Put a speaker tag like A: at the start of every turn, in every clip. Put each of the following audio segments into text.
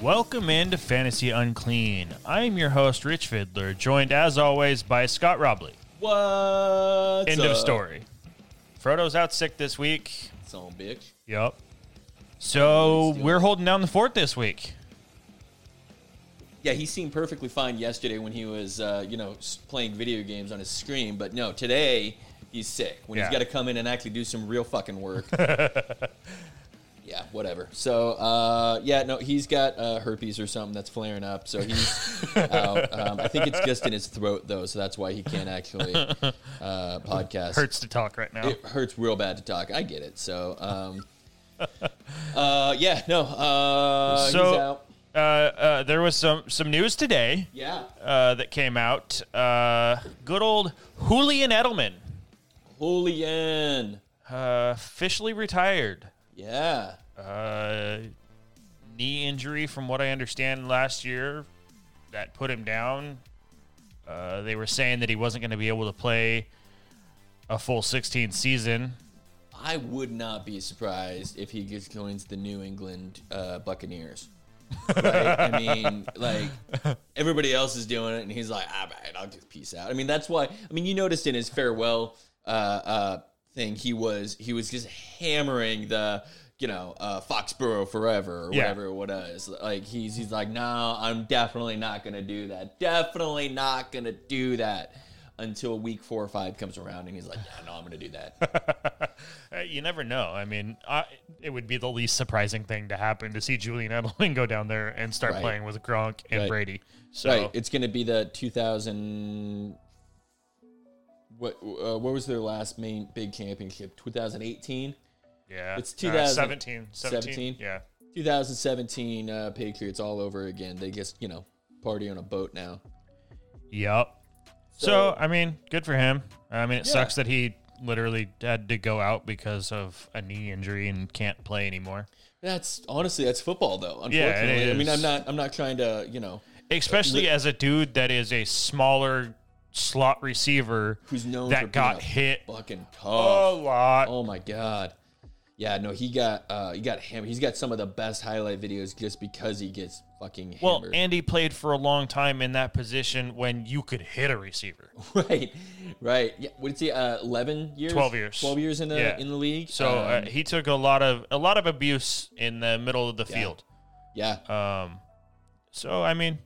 A: Welcome into Fantasy Unclean. I'm your host, Rich Fiddler, joined as always by Scott Robley.
B: What?
A: End of story. Frodo's out sick this week.
B: Song, bitch.
A: Yep. So
B: Still-
A: we're holding down the fort this week.
B: Yeah, he seemed perfectly fine yesterday when he was, uh, you know, s- playing video games on his screen. But no, today he's sick. When
A: Yeah.
B: he's got to come in and actually do some real fucking work. yeah, whatever. So uh, yeah, no, he's got uh, herpes or something that's flaring up. So he's out. Um, I think it's just in his throat though, so that's why he can't actually uh, podcast.
A: Hurts to talk right now.
B: it hurts real bad to talk. I get it. So, um, uh, yeah, no, uh, he's
A: so
B: out.
A: uh, uh, there was some, some news today
B: Yeah,
A: uh, that came out. Uh, good old Julian Edelman
B: Julian.
A: uh, officially retired.
B: Yeah,
A: uh, knee injury, from what I understand, last year that put him down. Uh, they were saying that he wasn't going to be able to play a full 16 season.
B: I would not be surprised if he just joins the New England uh, Buccaneers. Right? I mean, like everybody else is doing it, and he's like, "All right, I'll just peace out." I mean, that's why. I mean, you noticed in his farewell uh, uh, thing, he was he was just hammering the you know uh, Foxborough forever or
A: Yeah.
B: whatever it was. Like he's he's like, "No, I'm definitely not gonna do that. Definitely not gonna do that." Until week four or five comes around, and he's like, "Yeah, no, I'm gonna do that."
A: Uh, you never know. I mean, I, it would be the least surprising thing to happen to see Julian Edelman go down there and start
B: Right.
A: playing with Gronk and
B: Right.
A: Brady. So
B: Right. It's going to be the 2000. What uh, what was their last main big championship? 2018,
A: yeah,
B: it's
A: Uh,
B: 2017.
A: 17, 17, Yeah,
B: 2017 uh, Patriots all over again. They just you know party on a boat now.
A: yep. So,
B: So-
A: I mean, good for him. I mean, it
B: Yeah.
A: sucks that he literally had to go out because of a knee injury and can't play anymore.
B: That's honestly that's football though.
A: Yeah, it
B: Unfortunately, I
A: is.
B: mean I'm not I'm not trying to you know
A: especially as a dude that is a smaller slot receiver
B: who's known for
A: that
B: being
A: got
B: a
A: hit
B: fucking tough.
A: a lot.
B: Oh my god. Yeah, no, he got uh he got hammered. He's got some of the best highlight videos just because he gets fucking hammered.
A: Well, Andy played for a long time in that position when you could hit a receiver.
B: Oh, Right, right. Yeah, what did he? Uh, Eleven years,
A: 12 years.
B: twelve years in the
A: Yeah.
B: in the league.
A: So uh,
B: Um,
A: he took a lot of a lot of abuse in the middle of the field.
B: yeah,
A: Um, so I mean,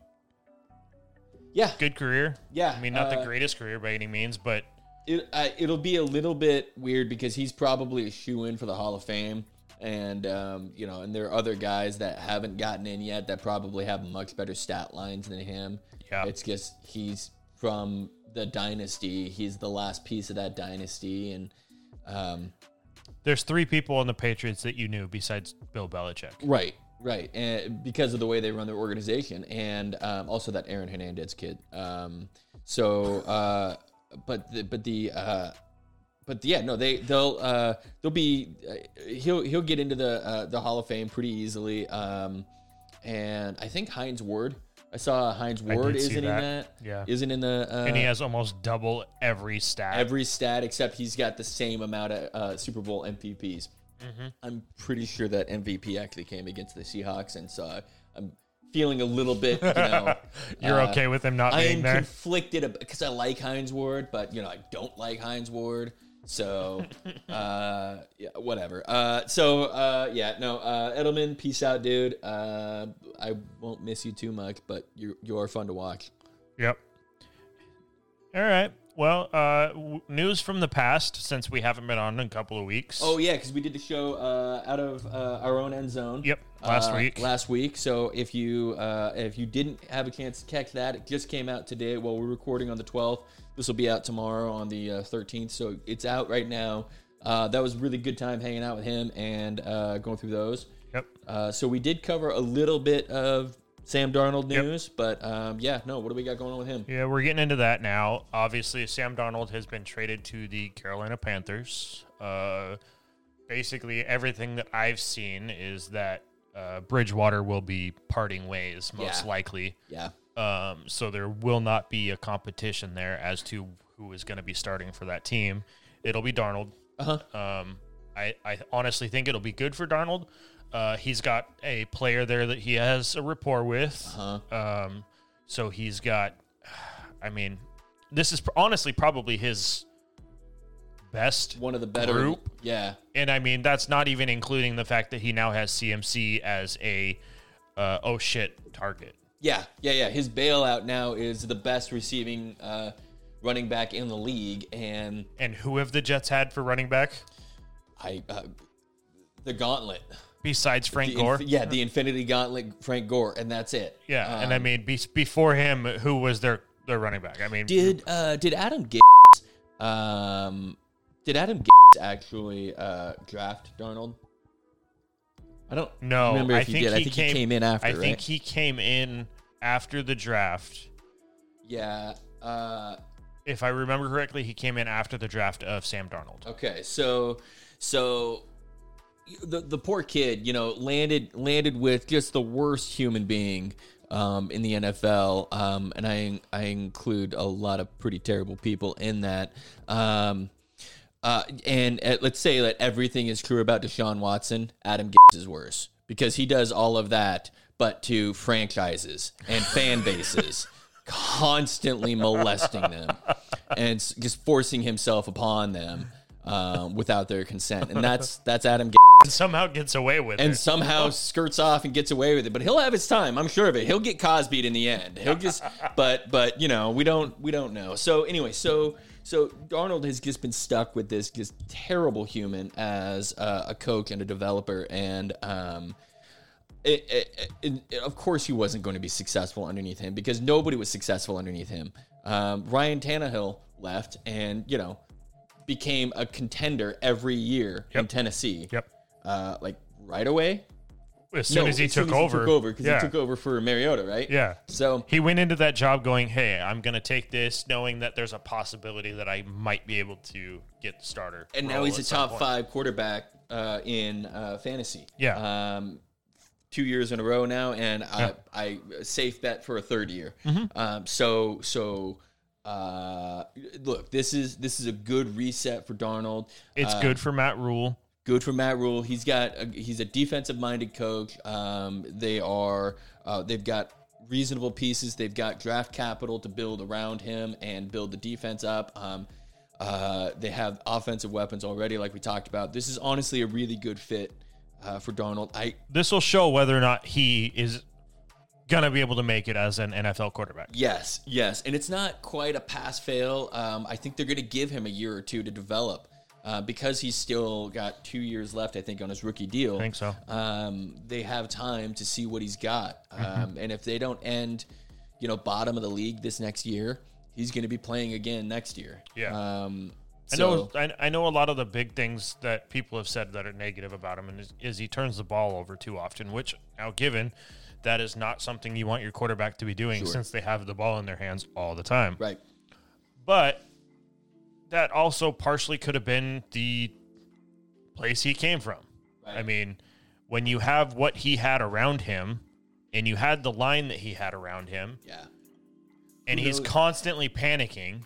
B: yeah.
A: good career.
B: Yeah,
A: I mean, not the
B: uh,
A: greatest career by any means, but
B: It, uh, it'll be a little bit weird because he's probably a shoe in for the Hall of Fame, and um, you know, and there are other guys that haven't gotten in yet that probably have much better stat lines than him.
A: Yeah.
B: it's just he's from the dynasty. He's the last piece of that dynasty, and um,
A: there's three people on the Patriots that you knew besides Bill Belichick.
B: Right, right, and because of the way they run their organization, and um, also that Aaron Hernandez kid. Um, so, uh, but the, but the uh, but yeah, no, they they'll uh, they'll be uh, he'll he'll get into the uh, the Hall of Fame pretty easily. Um, and I think Heinz Ward. I saw Heinz Ward
A: did see
B: isn't in
A: that.
B: that.
A: Yeah.
B: isn't in the uh,
A: And he has almost double every stat.
B: every stat except he's got the same amount of uh, Super Bowl MVPs.
A: Mm-hmm.
B: I'm pretty sure that MVP actually came against the Seahawks, and so I, I'm feeling a little bit. You know,
A: You're
B: uh,
A: okay with him not
B: I
A: being
B: am
A: there?
B: conflicted because I like Heinz Ward, but you know I don't like Heinz Ward. So, uh, yeah, whatever. Uh, so, uh, yeah, no, uh, Edelman, peace out, dude. Uh, I won't miss you too much, but you you are fun to watch.
A: Yep. All right. Well, uh, w- news from the past since we haven't been on in a couple of weeks.
B: Oh yeah, because we did the show uh, out of uh, our own end zone.
A: Yep, last
B: uh,
A: week.
B: Last week. So if you uh, if you didn't have a chance to catch that, it just came out today. Well, we're recording on the 12th. This will be out tomorrow on the uh, 13th. So it's out right now. Uh, that was a really good time hanging out with him and uh, going through those.
A: Yep.
B: Uh, so we did cover a little bit of Sam Darnold news, but um, yeah, no. What do we got going on with him?
A: Yeah, we're getting into that now. Obviously, Sam Donald has been traded to the Carolina Panthers. Uh, basically, everything that I've seen is that uh, Bridgewater will be parting ways, most
B: Yeah.
A: likely.
B: Yeah.
A: Um, so there will not be a competition there as to who is going to be starting for that team. It'll be Darnold.
B: Uh huh.
A: Um, I, I honestly think it'll be good for Darnold. Uh, he's got a player there that he has a rapport with. Um, so he's got, I mean, this is pr- honestly probably his best
B: One of the better
A: Group?
B: Yeah.
A: and I mean that's not even including the fact that he now has CMC as a uh, oh shit target.
B: Yeah, yeah, yeah. His bailout now is the best receiving uh, running back in the league, and
A: And who have the Jets had for running back
B: I uh, the gauntlet.
A: besides Frank
B: The
A: Gore?
B: inf- yeah, the Infinity Gauntlet, Frank Gore, and that's it.
A: Yeah, and I
B: um,
A: mean be- before him, who was their their running back? I mean,
B: Did uh, did Adam Gates um did Adam Gates actually uh, draft Darnold? I don't
A: no,
B: remember
A: I
B: if
A: think
B: he did.
A: He
B: I think
A: came,
B: he came in after.
A: I think
B: right?
A: he came in after the draft.
B: yeah. Uh,
A: If I remember correctly, he came in after the draft of Sam Darnold.
B: Okay, so so the the poor kid, you know, landed landed with just the worst human being um, in the NFL, um, and I I include a lot of pretty terrible people in that. Um, uh, and uh let's say that everything is true about Deshaun Watson. Adam Gates is worse because he does all of that, but to franchises and fan bases, constantly molesting them and s- just forcing himself upon them um, without their consent. And that's that's Adam Gates.
A: And somehow gets away with
B: And
A: it.
B: somehow skirts off and gets away with it, but he'll have his time. I'm sure of it. He'll get Cosby'd in the end. He'll just, but but you know we don't we don't know. So anyway, so so Darnold has just been stuck with this just terrible human as uh, a coach and a developer, and um, it, it, it, it- of course he wasn't going to be successful underneath him because nobody was successful underneath him. Um, Ryan Tannehill left, and you know became a contender every year in Tennessee.
A: Yep.
B: Uh, like right away.
A: As soon
B: No,
A: as he took
B: as he
A: over,
B: took over because
A: yeah,
B: he took over for Mariota, right?
A: yeah.
B: So
A: He went into that job going, "Hey, I'm going to take this, knowing that there's a possibility that I might be able to get the starter."
B: and now
A: role
B: he's
A: at
B: a
A: some
B: top
A: point.
B: five quarterback uh, in uh, fantasy.
A: Yeah.
B: Um, two years in a row now, and I, I safe bet for a third year.
A: Mm-hmm.
B: Um, so so. Uh, look, this is this is a good reset for Darnold.
A: It's good for Matt Rule.
B: good for Matt Rule. He's got a, he's a defensive minded coach. Um, they are uh, they've got reasonable pieces. They've got draft capital to build around him and build the defense up. Um, uh, they have offensive weapons already, like we talked about. This is honestly a really good fit uh, for Darnold. I
A: This will show whether or not he is going to be able to make it as an NFL quarterback.
B: Yes, yes, and it's not quite a pass fail. Um, I think they're going to give him a year or two to develop uh, because he's still got two years left. I think on his rookie deal. I
A: think so.
B: Um, they have time to see what he's got,
A: Mm-hmm.
B: um, and if they don't end, you know, bottom of the league this next year, he's going to be playing again next year.
A: Yeah.
B: Um,
A: I
B: so-
A: know. I, I know a lot of the big things that people have said that are negative about him, and is, is he turns the ball over too often. Which now, given that is not something you want your quarterback to be doing, since they have the ball in their hands all the time.
B: right.
A: But that also partially could have been the place he came from. I mean, when you have what he had around him and you had the line that he had around him
B: Yeah.
A: and
B: Who
A: he's
B: knows?
A: constantly panicking,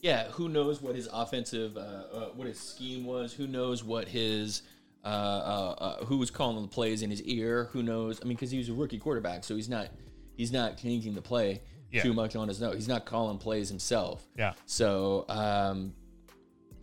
B: yeah, who knows what his offensive, uh, uh, what his scheme was? Who knows what his, uh, uh, uh, who was calling the plays in his ear? Who knows? I mean, because he was a rookie quarterback, so he's not, he's not changing the play
A: Yeah.
B: too much on his note. He's not calling plays himself.
A: Yeah.
B: So, um,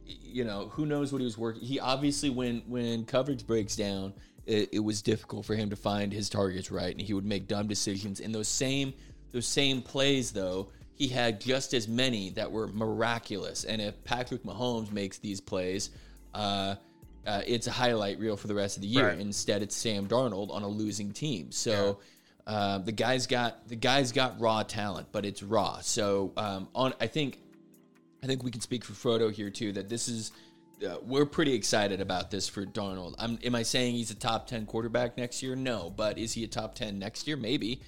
B: y- you know, who knows what he was working? He obviously, when when coverage breaks down, it, it was difficult for him to find his targets right, and he would make dumb decisions. And those same those same plays, though, he had just as many that were miraculous. And if Patrick Mahomes makes these plays, uh, uh, it's a highlight reel for the rest of the year.
A: Right.
B: Instead, it's Sam Darnold on a losing team. So. Uh, the guy's got the guy's got raw talent, but it's raw. So um, on, I think I think we can speak for Frodo here too that this is uh, we're pretty excited about this for Darnold. I'm, am I saying he's a top ten quarterback next year? No, but is he a top ten next year? Maybe.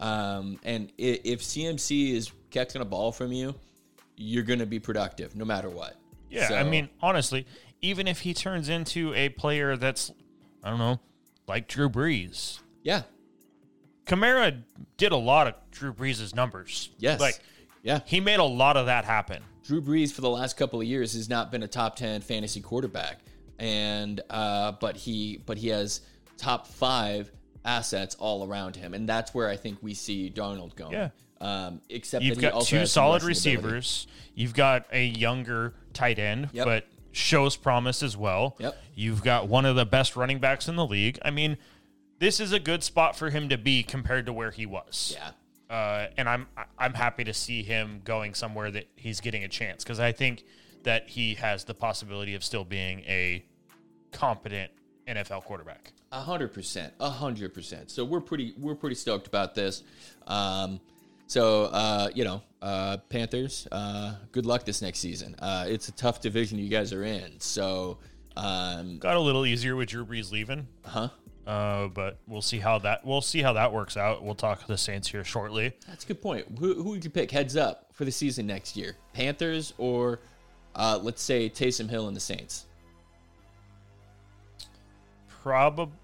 B: Um, and i- if CMC is catching a ball from you, you're going to be productive no matter what.
A: Yeah, I
B: So-
A: mean, honestly, even if he turns into a player that's, I don't know, like Drew Brees,
B: yeah,
A: Kamara did a lot of Drew Brees' numbers.
B: yes,
A: Like,
B: yeah.
A: he made a lot of that happen.
B: Drew Brees for the last couple of years has not been a top ten fantasy quarterback. and uh, but he but he has top five assets all around him, and that's where I think we see Darnold going.
A: Yeah.
B: Um, except
A: You've
B: that he
A: got
B: also
A: two
B: has some
A: solid
B: rushing ability.
A: receivers. You've got a younger tight end,
B: Yep.
A: but shows promise as well.
B: Yep.
A: You've got one of the best running backs in the league. I mean, this is a good spot for him to be compared to where he was.
B: Yeah.
A: Uh, and I'm I- I'm happy to see him going somewhere that he's getting a chance because I think that he has the possibility of still being a competent NFL quarterback.
B: A hundred percent, a hundred percent. So we're pretty, we're pretty stoked about this. Um, so uh, you know, uh, Panthers, uh, good luck this next season. Uh, it's a tough division you guys are in. So um,
A: Got a little easier with Drew Brees leaving.
B: huh,
A: Uh, but we'll see how that we'll see how that works out. We'll talk to the Saints here shortly.
B: that's a good point. Who, who would you pick heads up for the season next year? Panthers or uh, let's say Taysom Hill and the Saints.
A: Probably,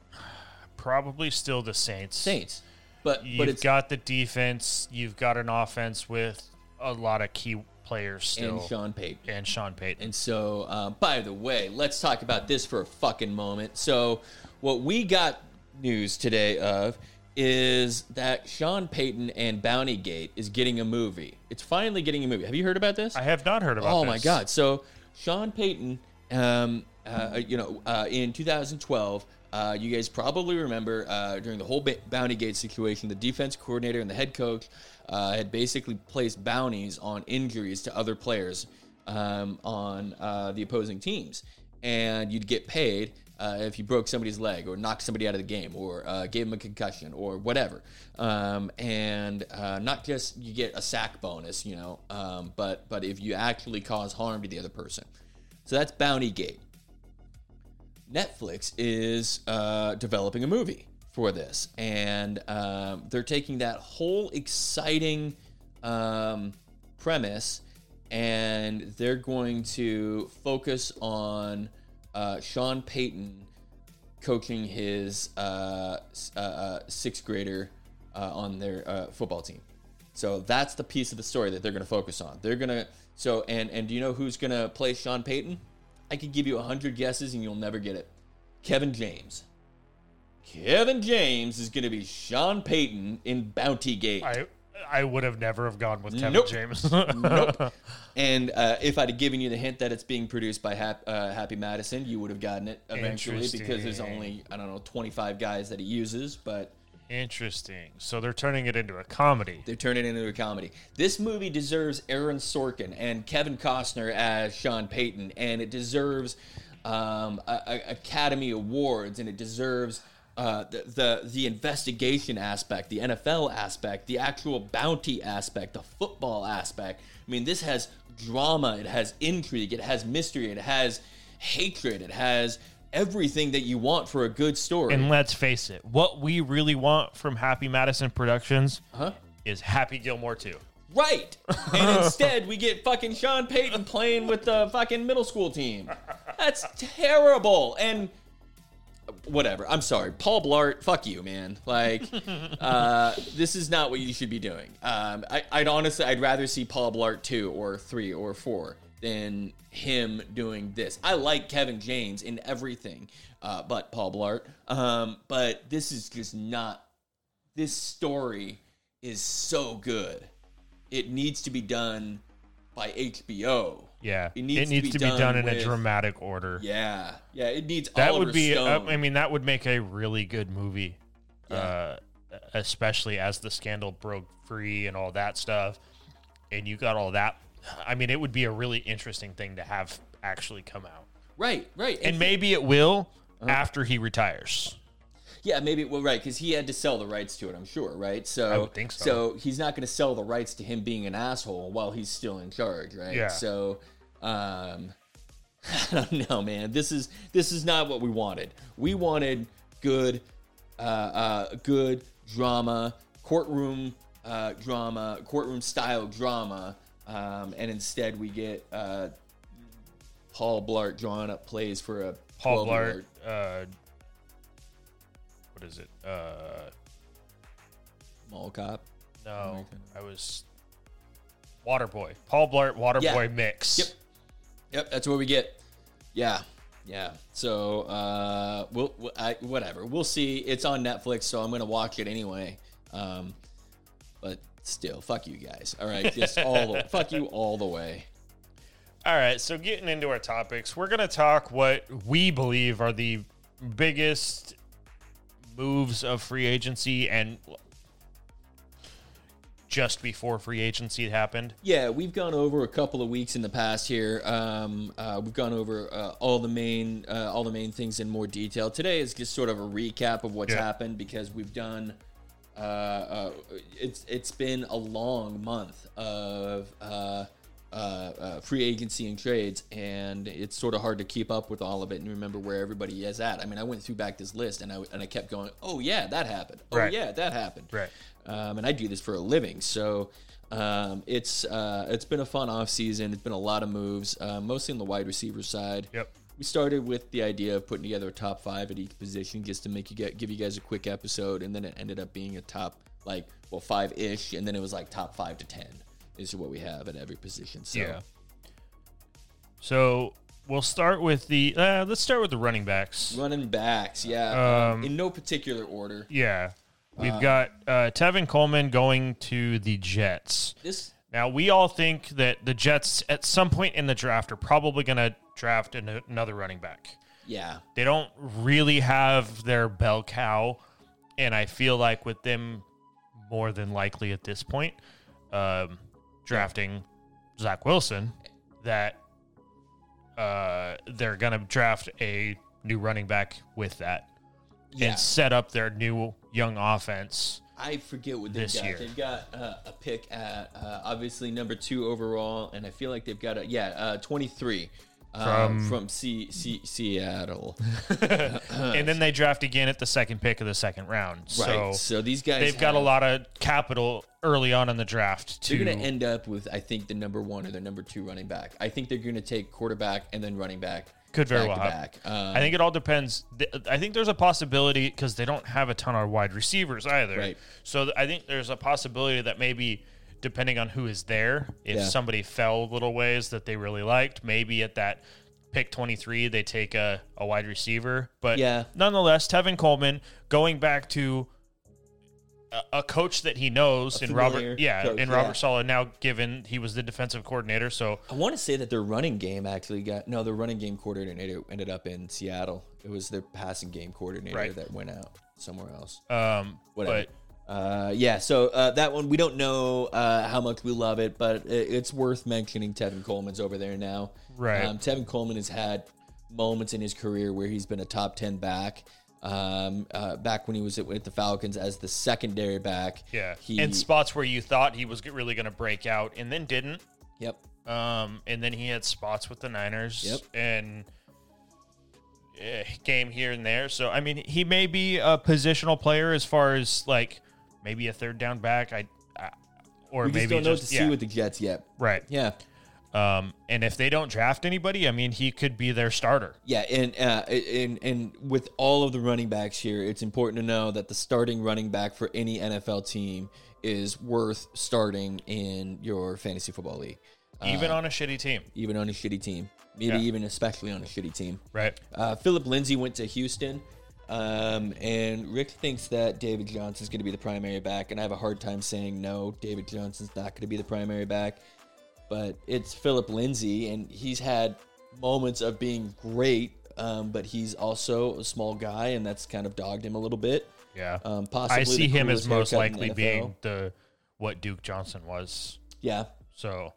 A: probably still the Saints.
B: Saints, but but
A: You've
B: it's
A: got the defense. You've got an offense with a lot of key players still,
B: and Sean Payton.
A: and Sean Payton.
B: And so, uh, by the way, let's talk about this for a fucking moment. So, what we got news today of is that Sean Payton and Bounty Gate is getting a movie. It's finally getting a movie. Have you heard about this?
A: I have not heard about.
B: oh my
A: this.
B: god! So, Sean Payton, um, uh, you know, uh, in 2012. Uh, you guys probably remember uh, during the whole ba- bounty gate situation, the defense coordinator and the head coach uh, had basically placed bounties on injuries to other players um, on uh, the opposing teams, and you'd get paid uh, if you broke somebody's leg or knocked somebody out of the game or uh, gave them a concussion or whatever. Um, and uh, not just you get a sack bonus, you know, um, but but if you actually cause harm to the other person, so that's bounty gate. Netflix is uh, developing a movie for this, and um, they're taking that whole exciting um, premise and they're going to focus on uh, Sean Payton coaching his uh, s- uh, uh, sixth grader uh, on their uh, football team. So that's the piece of the story that they're going to focus on. They're going to so and and do you know who's going to play Sean Payton? I could give you a hundred guesses and you'll never get it. Kevin James. Kevin James is going to be Sean Payton in Bounty Gate.
A: I I would have never have gone with Kevin
B: Nope.
A: James.
B: nope. And uh, if I'd have given you the hint that it's being produced by Hap, uh, Happy Madison, you would have gotten it eventually because there's
A: Interesting.
B: only I don't know 25 guys that he uses, but
A: Interesting. So they're turning it into a comedy.
B: they turn it into a comedy. This movie deserves Aaron Sorkin and Kevin Costner as Sean Payton, and it deserves um, a, a- Academy Awards, and it deserves uh, the, the the investigation aspect, the NFL aspect, the actual bounty aspect, the football aspect. I mean, this has drama, it has intrigue, it has mystery, it has hatred, it has everything that you want for a good story.
A: And let's face it, what we really want from Happy Madison Productions
B: Uh-huh.
A: is Happy Gilmore too.
B: Right. And instead, we get fucking Sean Payton playing with the fucking middle school team. That's terrible. And whatever. I'm sorry. Paul Blart, fuck you, man. Like, uh, this is not what you should be doing. Um, I, I'd honestly, I'd rather see Paul Blart 2 or 3 or 4 than him doing this. I like Kevin James in everything, uh, but Paul Blart. Um, but this is just not, this story is so good. It needs to be done by HBO.
A: Yeah,
B: It needs to be
A: to be done,
B: done
A: in a
B: with-
A: dramatic order.
B: Yeah. Yeah, it needs
A: that
B: Oliver
A: would be uh,
B: Stone.
A: i mean that would make a really good movie uh, especially as the scandal broke free and all that stuff and you got all that i mean it would be a really interesting thing to have actually come out
B: right, right.
A: and maybe it will
B: Uh-huh.
A: after he retires
B: Yeah, maybe. Well, right, because he had to sell the rights to it. I'm sure, right? So I
A: would think so.
B: he's not going to sell the rights to him being an asshole while he's still in charge, right?
A: Yeah.
B: So, um, I don't know, man. This is this is not what we wanted. We wanted good, uh, uh, good drama, courtroom uh, drama, courtroom style drama, um, and instead we get uh, Paul Blart drawing up plays for a
A: paul blart
B: 12-year-old.
A: uh, what is it uh,
B: mall cop.
A: no i was waterboy paul blart waterboy mix
B: Yep, that's what we get. Yeah, Yeah. So, uh, we'll, we'll- I, whatever. We'll see. It's on Netflix, so I'm gonna watch it anyway. Um, but still, fuck you guys. All right, just all the, fuck you all the way.
A: All right, so getting into our topics, we're going to talk what we believe are the biggest moves of free agency and just before free agency happened.
B: Yeah, we've gone over a couple of weeks in the past here. Um, uh, we've gone over uh, all the main uh, all the main things in more detail. Today is just sort of a recap of what's
A: Yeah.
B: happened because we've done. Uh, uh, it's it's been a long month of uh, uh, uh, free agency and trades, and it's sort of hard to keep up with all of it and remember where everybody is at. I mean, I went through back this list and I and I kept going. Oh yeah, that happened. Oh
A: Right.
B: yeah, that happened
A: Right.
B: um, and I do this for a living. So um, it's uh, it's been a fun off season. It's been a lot of moves, uh, mostly on the wide receiver side.
A: Yep.
B: We started with the idea of putting together a top five at each position, just to make you get give you guys a quick episode, and then it ended up being a top like well five ish, and then it was like top five to ten is what we have at every position. So
A: Yeah. So we'll start with the uh, let's start with the running backs.
B: running backs, yeah, um,
A: Um,
B: in no particular order.
A: Yeah, we've got uh, Tevin Coleman going to the Jets.
B: This
A: Now we all think that the Jets at some point in the draft are probably going to draft an- another running back.
B: yeah
A: they don't really have their bell cow and i feel like with them more than likely at this point um, drafting zach wilson that uh, they're gonna draft a new running back with that
B: yeah.
A: and set up their new young offense
B: I forget what they've
A: This
B: got.
A: year.
B: They've got uh, a pick at uh, obviously number two overall, and I feel like they've got a yeah uh, twenty three um,
A: From-
B: from C- C- Seattle.
A: and then they draft again at the second pick of the second round
B: right. So,
A: so
B: these guys
A: they've got a
B: have-
A: lot of capital early on in the draft to
B: They're going to end up with I think the number one or the number two running back. I think they're going to take quarterback and then running back.
A: Could very well
B: back to
A: happen.
B: back. Um,
A: I think it all depends. Th- I think there's a possibility because they don't have a ton of wide receivers either.
B: Right.
A: So th- I think there's a possibility that maybe, depending on who is there, if
B: Yeah.
A: somebody fell little ways that they really liked, maybe at that pick 23 they take a, a wide receiver. But
B: Yeah.
A: nonetheless, Tevin Coleman going back to a, a coach that he knows in
B: familiar
A: Robert, yeah,
B: coach,
A: in
B: yeah.
A: Robert Sala. Now, given he was the defensive coordinator, so
B: I want to say that their running game actually got no. Their running game coordinator ended up in Seattle. It was their passing game coordinator
A: Right.
B: that went out somewhere else.
A: um,
B: whatever.
A: but
B: uh, yeah, so uh, that one we don't know uh, how much we love it, but it, it's worth mentioning. Tevin Coleman's over there now,
A: Right.
B: Um, Tevin Coleman has had moments in his career where he's been a top ten back. Um, uh, back when he was at, at the Falcons as the secondary back,
A: Yeah,
B: he
A: in spots where you thought he was g- really going to break out and then didn't.
B: yep,
A: Um, and then he had spots with the Niners
B: Yep.
A: and eh, game here and there. So I mean, he may be a positional player as far as like maybe a third down back. I, I or
B: we just
A: maybe
B: don't know what to
A: yeah,
B: see with the Jets yet.
A: right.
B: Yeah,
A: Um, and if they don't draft anybody, I mean, he could be their starter.
B: Yeah, and uh, and and with all of the running backs here, it's important to know that the starting running back for any NFL team is worth starting in your fantasy football league,
A: Even
B: Uh,
A: on a shitty team,
B: even on a shitty team, maybe
A: Yeah.
B: even especially on a shitty team.
A: right?
B: Uh, Philip Lindsay went to Houston, um, and Rick thinks that David Johnson's going to be the primary back, and I have a hard time saying no. David Johnson's not going to be the primary back, but it's Philip Lindsay, and he's had moments of being great, um, but he's also a small guy, and that's kind of dogged him a little bit.
A: Yeah,
B: Um, possibly
A: I
B: the
A: see him as
B: coolest
A: most
B: haircut in the
A: likely
B: NFL.
A: being the what Duke Johnson was
B: yeah.
A: So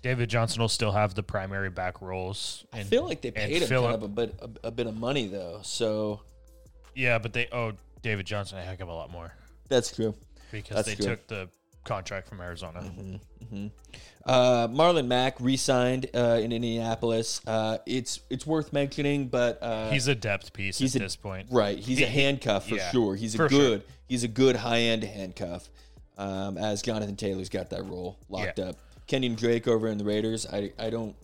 A: David Johnson will still have the primary back roles.
B: I feel like they
A: and
B: paid him
A: Phillip-
B: kind of a bit a, a bit of money though, so
A: yeah, but they owe David Johnson a heck of a lot more
B: that's true.
A: because
B: That's Mm-hmm.
A: they
B: true.
A: took the contract from Arizona.
B: Uh, Marlon Mack re-signed uh, in Indianapolis. Uh, it's it's worth mentioning, but uh,
A: He's a depth piece
B: he's
A: at
B: a-
A: this point.
B: right, he's a handcuff for
A: yeah,
B: sure. He's a
A: for
B: good he's a good high end handcuff. Um, as Jonathan Taylor's got that role locked
A: Yeah.
B: up. Kenyon Drake over in the Raiders. I I don't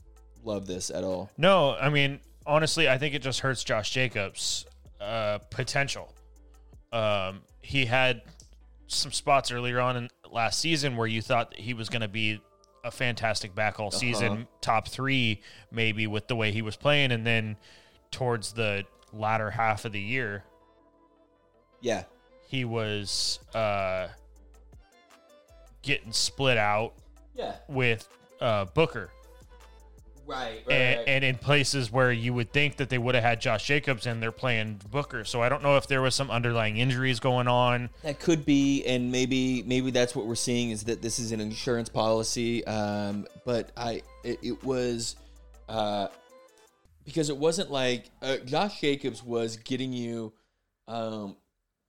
B: love this at all.
A: No, I mean honestly, I think it just hurts Josh Jacobs' uh, potential. Um, he had some spots earlier on in last season where you thought that he was going to be a fantastic back all season, top three maybe with the way he was playing, and then towards the latter half of the year,
B: Yeah.
A: he was uh, getting split out
B: Yeah.
A: with uh, Booker.
B: Right. Right.
A: and,
B: right.
A: Eh, and in places where you would think that they would have had Josh Jacobs and they're playing Booker. So I don't know if there was some underlying injuries going on.
B: That could be, and maybe maybe that's what we're seeing is that this is an insurance policy. Um, but I, it, it was, uh, because it wasn't like uh, Josh Jacobs was getting you um,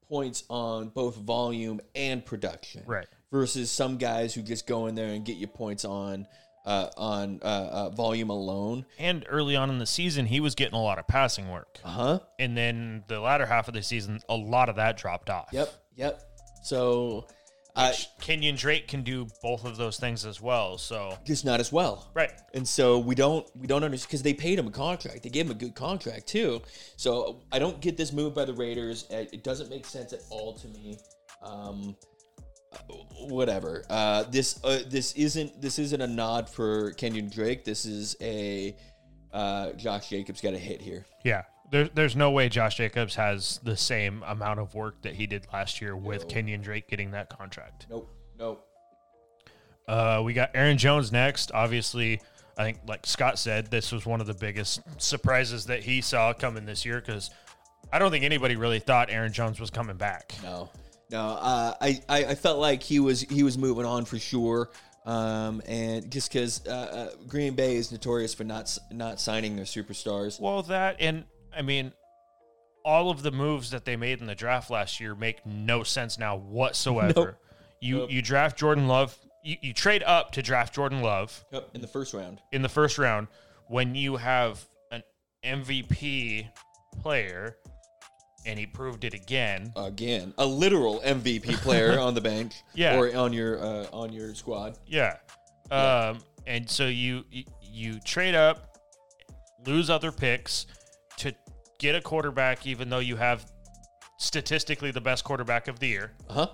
B: points on both volume and production,
A: Right.
B: Versus some guys who just go in there and get you points on uh, on uh, uh, volume alone.
A: And early on in the season, he was getting a lot of passing work.
B: Uh huh.
A: And then the latter half of the season, a lot of that dropped off.
B: Yep. Yep. So, uh,
A: Which Kenyon Drake can do both of those things as well. So,
B: just not as well.
A: right.
B: And so we don't we don't understand because they paid him a contract. They gave him a good contract too. So I don't get this move by the Raiders. Uh, It doesn't make sense at all to me. Um, whatever. Uh, this uh, this isn't this isn't a nod for Kenyon Drake. This is a uh, Josh Jacobs got a hit here.
A: Yeah. There, there's no way Josh Jacobs has the same amount of work that he did last year with Kenyon Drake getting that contract.
B: Nope. Nope.
A: Uh, we got Aaron Jones next. Obviously, I think, like Scott said, this was one of the biggest surprises that he saw coming this year because I don't think anybody really thought Aaron Jones was coming back.
B: No, no. Uh, I, I I felt like he was he was moving on for sure. Um, and just because uh, uh, Green Bay is notorious for not s- not signing their superstars.
A: Well, that, and I mean, all of the moves that they made in the draft last year make no sense now whatsoever.
B: Nope.
A: You, you draft Jordan Love, you, you trade up to draft Jordan Love.
B: Yep, in the first round.
A: in the first round when you have an MVP player, and he proved it again.
B: Again, a literal MVP player on the bench,
A: Yeah.
B: or on your uh, on your squad.
A: Yeah. Um, and so you you- you trade up, lose other picks to get a quarterback, even though you have statistically the best quarterback of the year.
B: Uh huh.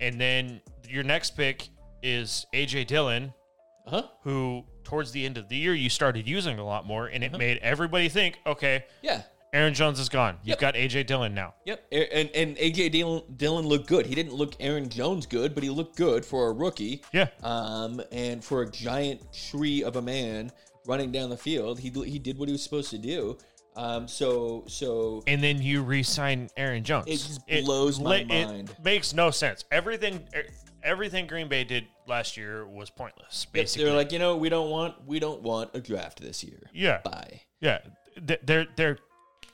A: And then your next pick is AJ Dillon,
B: Uh
A: uh-huh.
B: huh.
A: who towards the end of the year you started using a lot more, and it made everybody think, okay,
B: Yeah.
A: Aaron Jones is gone. You've
B: Yep.
A: got AJ Dillon now.
B: Yep. A- And and AJ Dillon, Dillon looked good. He didn't look Aaron Jones good, but he looked good for a rookie.
A: Yeah.
B: Um, and for a giant tree of a man running down the field, he he did what he was supposed to do. Um, so so
A: And then you re-sign Aaron Jones.
B: It just blows my mind.
A: It makes no sense. Everything, er, everything Green Bay did last year was pointless. Basically,
B: they're like, you know, we don't want we don't want a draft this year.
A: yeah,
B: Bye.
A: yeah. Th- They're they're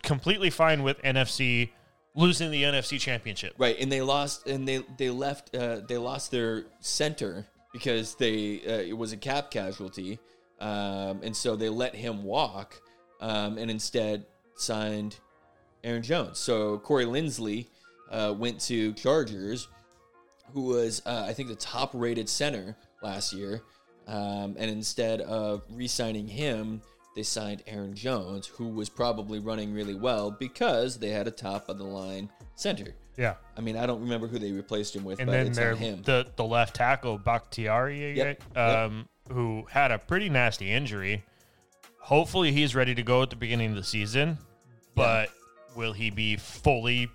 A: completely fine with NFC losing the NFC Championship.
B: Right, and they lost, and they they left. Uh, they lost their center because they uh, it was a cap casualty, um, and so they let him walk, um, and instead signed Aaron Jones. So Corey Lindsley uh, went to Chargers, who was uh, I think the top rated center last year, um, and instead of re-signing him. They signed Aaron Jones, who was probably running really well because they had a top of the line center.
A: Yeah,
B: I mean, I don't remember who they replaced him with,
A: and
B: but
A: then
B: it's
A: they're
B: not him.
A: the the left tackle Bakhtiari,
B: Yep,
A: right? um, who had a pretty nasty injury. Hopefully, he's ready to go at the beginning of the season, but will he be fully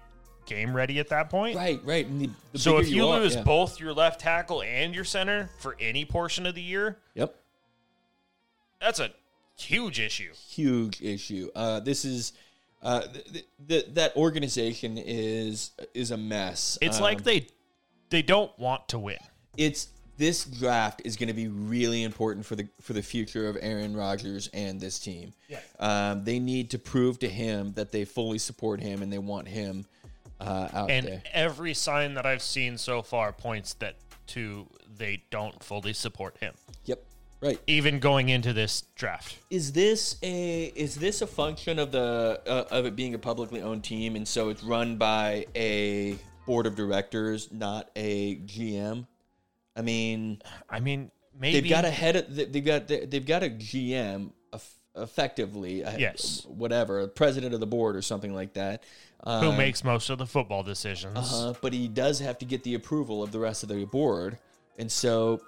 A: game ready at that point?
B: right, right. and the- the
A: So
B: bigger
A: if you,
B: are-
A: lose
B: yeah.
A: both your left tackle and your center for any portion of the year,
B: yep,
A: that's a huge issue.
B: huge issue. Uh, this is uh, th- th- th- that organization is is a mess.
A: It's
B: Um,
A: like they they don't want to win.
B: it's this draft is going to be really important for the for the future of Aaron Rodgers and this team.
A: Yeah.
B: Um, they need to prove to him that they fully support him and they want him uh, out
A: And
B: there.
A: every sign that I've seen so far points that to they don't fully support him.
B: Yep. Right.
A: Even going into this draft.
B: is this a is this a function of the uh, of it being a publicly owned team and so it's run by a board of directors not a gm i mean
A: I mean, maybe
B: they've got a head of, they- they've got they- they've got a gm eff- effectively a-
A: Yes.
B: whatever a president of the board or something like that um,
A: who makes most of the football decisions.
B: uh, but he does have to get the approval of the rest of the board, and so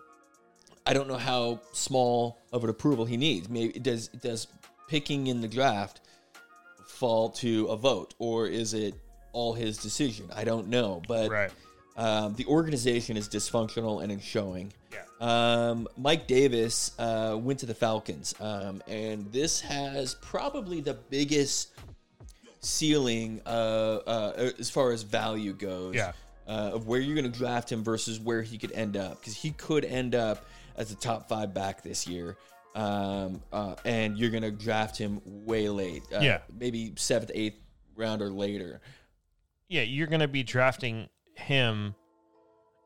B: I don't know how small of an approval he needs. Maybe does does picking in the draft fall to a vote, or is it all his decision? I don't know, but
A: Right.
B: um, the organization is dysfunctional and it's showing.
A: Yeah.
B: Um, Mike Davis uh, went to the Falcons, um, and this has probably the biggest ceiling uh, uh, as far as value goes.
A: Yeah.
B: Uh, of where you're going to draft him versus where he could end up, because he could end up as a top five back this year, um, uh, and you're going to draft him way late. Uh,
A: Yeah.
B: Maybe seventh, eighth round or later.
A: Yeah, you're going to be drafting him,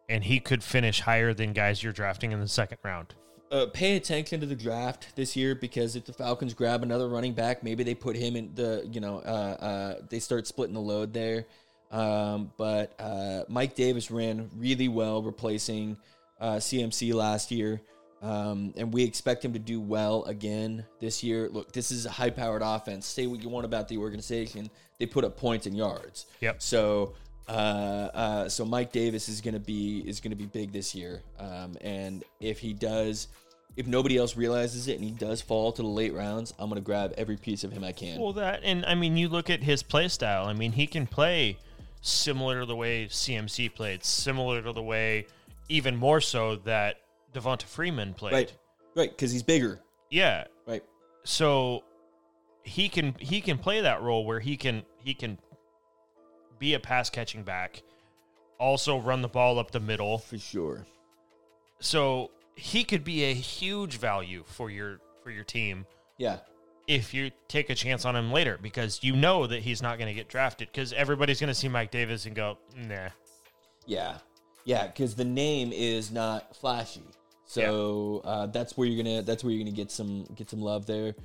A: and he could finish higher than guys you're drafting in the second round.
B: uh, pay attention to the draft this year because if the Falcons grab another running back, maybe they put him in the you know uh, uh, they start splitting the load there. Um, but uh, Mike Davis ran really well, replacing uh, CMC last year, um, and we expect him to do well again this year. Look, this is a high-powered offense. Say what you want about the organization, they put up points and yards.
A: Yep.
B: So, uh, uh, so Mike Davis is gonna be is gonna be big this year. Um, and if he does, if nobody else realizes it, and he does fall to the late rounds, I'm gonna grab every piece of him I can.
A: Well, that and I mean, you look at his play style. I mean, he can play similar to the way CMC played, similar to the way, even more so that Devonta Freeman played.
B: right, right, because he's bigger.
A: Yeah.
B: Right,
A: So he can he can play that role where he can he can be a pass catching back, also run the ball up the middle.
B: for sure.
A: So he could be a huge value for your for your team
B: Yeah,
A: if you take a chance on him later because you know that he's not going to get drafted because everybody's going to see Mike Davis and go, nah.
B: yeah, yeah, because the name is not flashy. So uh, that's where you're gonna that's where you're gonna get some get some love there.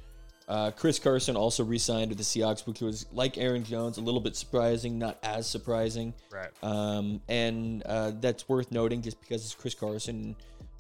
B: Uh, Chris Carson also re-signed with the Seahawks, which was like Aaron Jones, a little bit surprising, not as surprising.
A: Right.
B: Um, and uh, that's worth noting just because it's Chris Carson,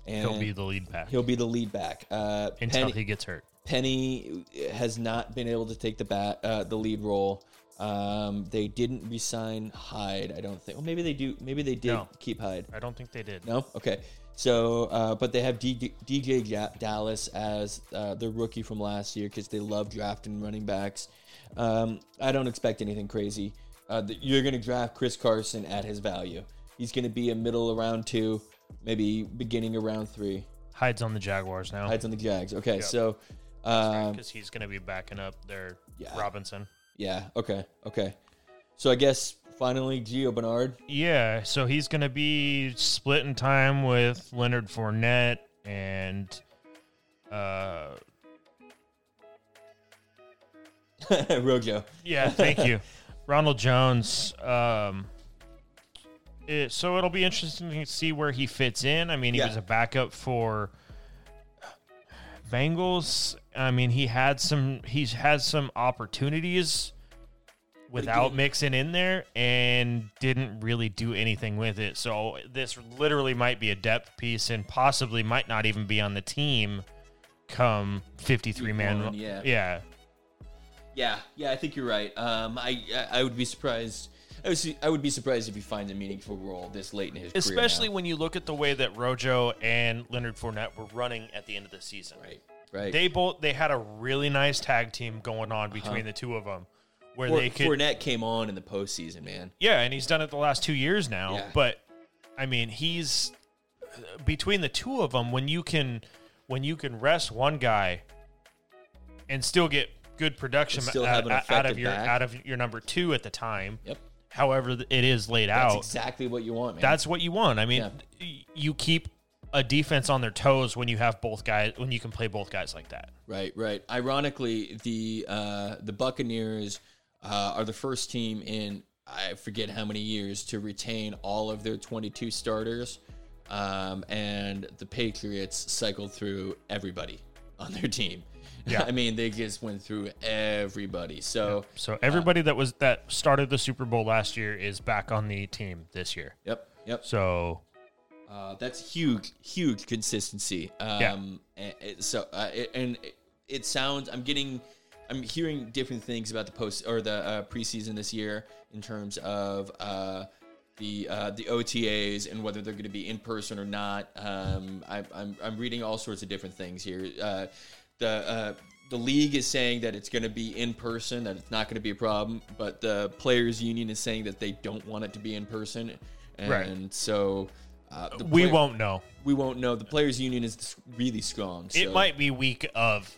B: and
A: He'll be the lead back
B: he'll be the lead back. Uh,
A: until
B: Penny,
A: he gets hurt.
B: Penny has not been able to take the bat uh, the lead role. Um, they didn't resign Hyde. I don't think. Well, maybe they do. Maybe they did
A: No.
B: keep Hyde.
A: I don't think they did.
B: No. Okay. So, uh, but they have D- DJ Ja- Dallas as uh, their rookie from last year because they love drafting running backs. Um, I don't expect anything crazy. Uh, th- you're going to draft Chris Carson at his value. He's going to be a middle around two, maybe beginning of round three.
A: Hyde's on the Jaguars now
B: Hides on the Jags. Okay, so um,
A: because he's going to be backing up their
B: Yeah.
A: Robinson.
B: yeah, okay, okay. So I guess finally Gio Bernard.
A: Yeah, so he's going to be splitting time with Leonard Fournette and uh
B: Rojo.
A: yeah, thank you. Ronald Jones um it, so it'll be interesting to see where he fits in. I mean, he
B: Yeah.
A: was a backup for Bengals. I mean, he had some he's had some opportunities without
B: didn't-
A: mixing in there and didn't really do anything with it. So this literally might be a depth piece and possibly might not even be on the team come 53 man.
B: one, yeah.
A: Yeah.
B: Yeah, yeah, I think you're right. Um, I, I I would be surprised. I would, see, I would be surprised if he finds a meaningful role this late in his career.
A: Especially when you look at the way that Rojo and Leonard Fournette were running at the end of the season.
B: now. right, right.
A: They both they had a really nice tag team going on between the two of them, where
B: For,
A: they could
B: Uh-huh. Fournette came on in the postseason, man.
A: yeah, and he's done it the last two years now.
B: Yeah.
A: But I mean, he's uh, between the two of them when you can when you can rest one guy and still get good production
B: And still
A: out,
B: have an
A: out of
B: effective
A: your
B: back.
A: out of your number two at the time.
B: Yep,
A: However, th- it is laid
B: that's
A: out.
B: exactly what you want, man.
A: that's what you want. I mean,
B: Yeah.
A: y- you keep a defense on their toes when you have both guys when you can play both guys like that.
B: right, right. Ironically, the uh, the Buccaneers uh, are the first team in I forget how many years to retain all of their 22 starters, um, and the Patriots cycled through everybody on their team.
A: Yeah.
B: I mean, they just went through everybody. So,
A: So everybody that was that started the Super Bowl last year is back on the team this year.
B: yep, yep.
A: So
B: Uh, that's huge, huge consistency. Um, and, and so, uh, it, and it, it sounds, I'm getting, I'm hearing different things about the post or the uh, preseason this year in terms of uh, the uh, the OTAs and whether they're going to be in person or not. Um, I, I'm I'm reading all sorts of different things here. Uh, the uh, the league is saying that it's going to be in person, that it's not going to be a problem, but the players' union is saying that they don't want it to be in person, and
A: Right.
B: so uh, the
A: we
B: player-
A: won't know.
B: we won't know. The players' union is really strong. So.
A: It might be week of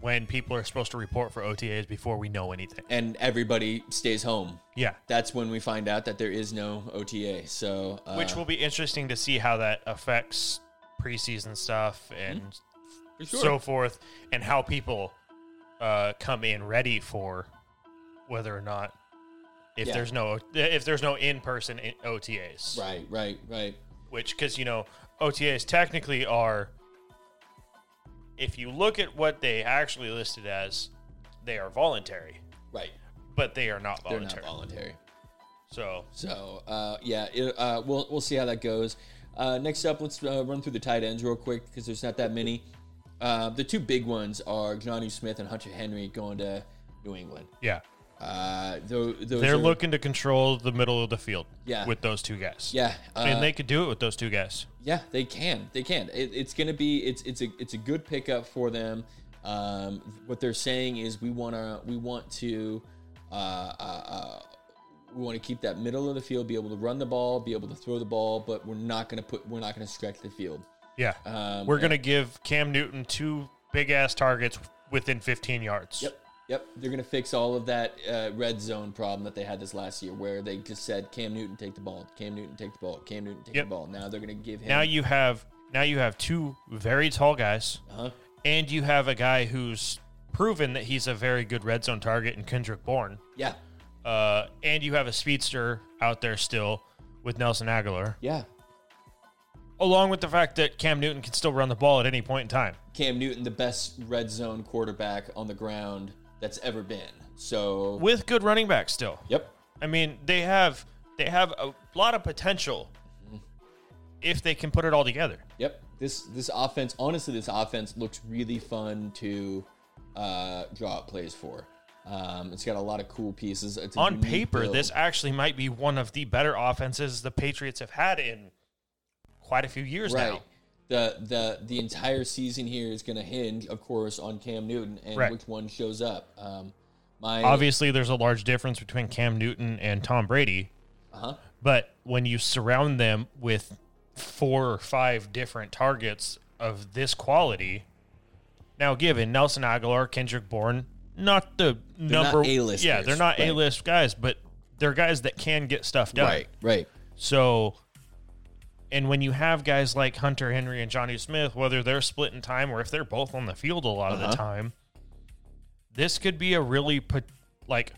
A: when people are supposed to report for OTAs before we know anything.
B: and everybody stays home.
A: Yeah.
B: That's when we find out that there is no OTA. So uh,
A: Which will be interesting to see how that affects preseason stuff and
B: hmm. for sure.
A: so forth, and how people uh, come in ready for whether or not if
B: Yeah.
A: there's no if there's no in person OTAs,
B: right, right, right.
A: which because you know OTAs technically are. If you look at what they actually listed as, they are voluntary,
B: Right.
A: but they are not
B: They're
A: voluntary.
B: not voluntary.
A: so
B: So uh, yeah, it, uh, we'll we'll see how that goes. Uh, next up, let's uh, run through the tight ends real quick because there's not that many. Uh, the two big ones are Johnny Smith and Hunter Henry going to New England.
A: yeah,
B: Uh, tho- those
A: they're
B: are-
A: looking to control the middle of the field.
B: Yeah.
A: with those two guys.
B: Yeah, uh,
A: and they could do it with those two guys.
B: Yeah, they can. They can. It, it's going to be. It's it's a it's a good pickup for them. Um, what they're saying is we want to we want to uh, uh, uh, we want to keep that middle of the field, be able to run the ball, be able to throw the ball, but we're not going to put we're not going to stretch the field.
A: Yeah.
B: Um,
A: We're going to give Cam Newton two big ass targets within 15 yards.
B: Yep. Yep, they're going to fix all of that uh, red zone problem that they had this last year, where they just said Cam Newton take the ball, Cam Newton take the ball, Cam Newton take
A: Yep.
B: the ball. Now they're going to give him.
A: Now you have now you have two very tall guys
B: uh-huh.
A: and you have a guy who's proven that he's a very good red zone target in Kendrick Bourne.
B: Yeah,
A: Uh, and you have a speedster out there still with Nelson Aguilar,
B: yeah.
A: along with the fact that Cam Newton can still run the ball at any point in time.
B: Cam Newton the best red zone quarterback on the ground that's ever been. So
A: With good running backs still.
B: yep,
A: I mean, they have they have a lot of potential
B: Mm-hmm.
A: if they can put it all together.
B: yep. This this offense, honestly, this offense looks really fun to uh, draw up plays for. Um, it's got a lot of cool pieces. It's a
A: on
B: unique
A: paper,
B: build.
A: this actually might be one of the better offenses the Patriots have had in quite a few years
B: right.
A: now.
B: The, the the entire season here is going to hinge, of course, on Cam Newton and
A: Right.
B: which one shows up. Um, my
A: Obviously, there's a large difference between Cam Newton and Tom Brady,
B: uh-huh.
A: but when you surround them with four or five different targets of this quality, now given Nelson Aguilar, Kendrick Bourne, not the number
B: A-listers,
A: yeah, they're not
B: right.
A: a list guys, but they're guys that can get stuff done.
B: right, right,
A: So, and when you have guys like Hunter Henry and Johnny Smith, whether they're splitting time or if they're both on the field a lot
B: Uh-huh.
A: of the time, this could be a really put like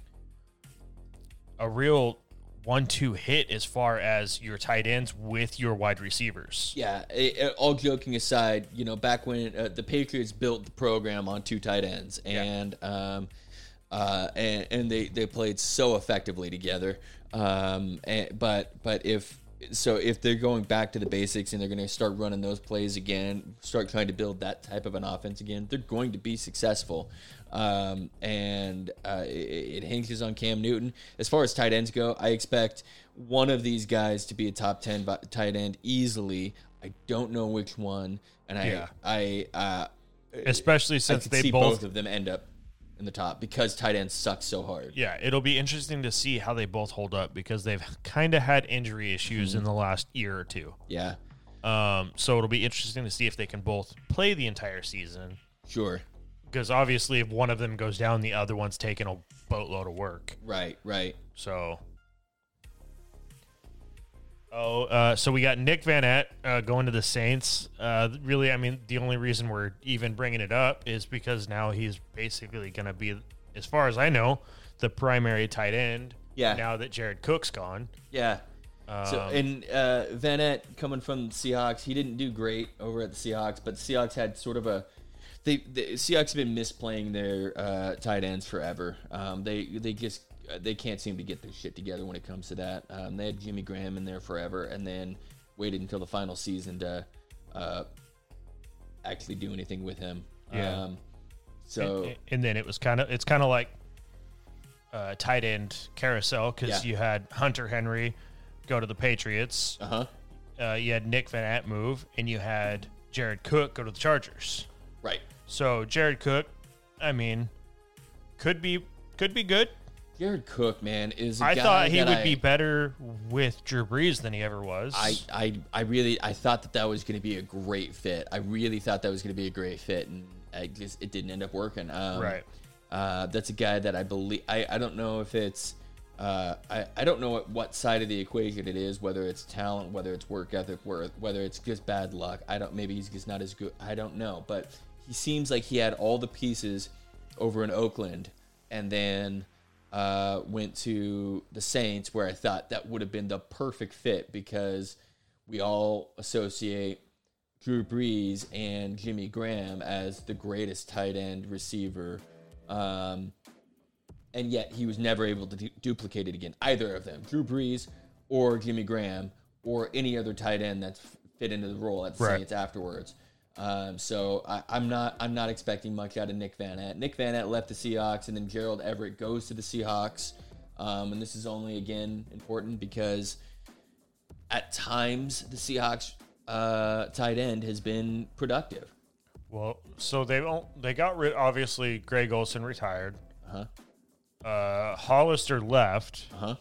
A: a real one-two hit as far as your tight ends with your wide receivers.
B: Yeah, it, it- all joking aside, you know, back when uh, the Patriots built the program on two tight ends, and um, uh, and, and they they played so effectively together. Um, and, but but if so, if they're going back to the basics and they're going to start running those plays again, start trying to build that type of an offense again, they're going to be successful. Um, and uh, it, it hinges on Cam Newton. As far as tight ends go, I expect one of these guys to be a top 10 bi- tight end easily. I don't know which one. And I,
A: Yeah.
B: I, uh,
A: Especially
B: I
A: since
B: could
A: they
B: see
A: both,
B: both of them end up in the top because tight ends suck so hard.
A: yeah, it'll be interesting to see how they both hold up because they've kind of had injury issues
B: Mm-hmm.
A: in the last year or two.
B: Yeah,
A: Um, so it'll be interesting to see if they can both play the entire season.
B: sure.
A: because obviously if one of them goes down the other one's taking a boatload of work
B: Right, right.
A: so oh uh, so we got nick van Eck, uh, going to the saints uh, really i mean the only reason we're even bringing it up is because now he's basically going to be as far as i know the primary tight end
B: Yeah.
A: now that jared cook's gone
B: Yeah. so
A: Um,
B: and uh, Vanette coming from the Seahawks, he didn't do great over at the Seahawks, but Seahawks had sort of a they the Seahawks have been misplaying their uh, tight ends forever. Um, they they just uh, they can't seem to get their shit together when it comes to that. Um, they had Jimmy Graham in there forever, and then waited until the final season to uh, actually do anything with him.
A: Yeah.
B: Um, so
A: and, and then it was kind of it's kind of like uh, tight end carousel because
B: Yeah.
A: you had hunter henry go to the patriots
B: uh huh,
A: uh, you had Nick Van Att move, and you had Jared Cook go to the Chargers.
B: right.
A: So Jared Cook, I mean, could be could be good.
B: Jared Cook, man, is I
A: I thought he would be better with Drew Brees than he ever was.
B: I, I, I really I thought that that was going to be a great fit. I really thought that was going to be a great fit, and I just it didn't end up working. Um,
A: Right.
B: Uh, that's a guy that I believe. I, I don't know if it's. Uh, I, I don't know what, what side of the equation it is, whether it's talent, whether it's work ethic, where- whether it's just bad luck. I don't. Maybe he's just not as good. I don't know. But he seems like he had all the pieces over in Oakland, and then uh, went to the Saints, where I thought that would have been the perfect fit because we all associate Drew Brees and Jimmy Graham as the greatest tight end receiver. Um, and yet he was never able to du- duplicate it again, either of them, Drew Brees or Jimmy Graham or any other tight end that's f- fit into the role at the
A: Right.
B: Saints afterwards. Um, so I, I'm not I'm not expecting much out of Nick Van At. Nick Van At left the Seahawks, and then Gerald Everett goes to the Seahawks, um, and this is only again important because at times the Seahawks uh, tight end has been productive.
A: Well, so they won't, they got rid. Obviously, Greg Olson retired.
B: Uh-huh.
A: Uh, Hollister left.
B: Uh huh.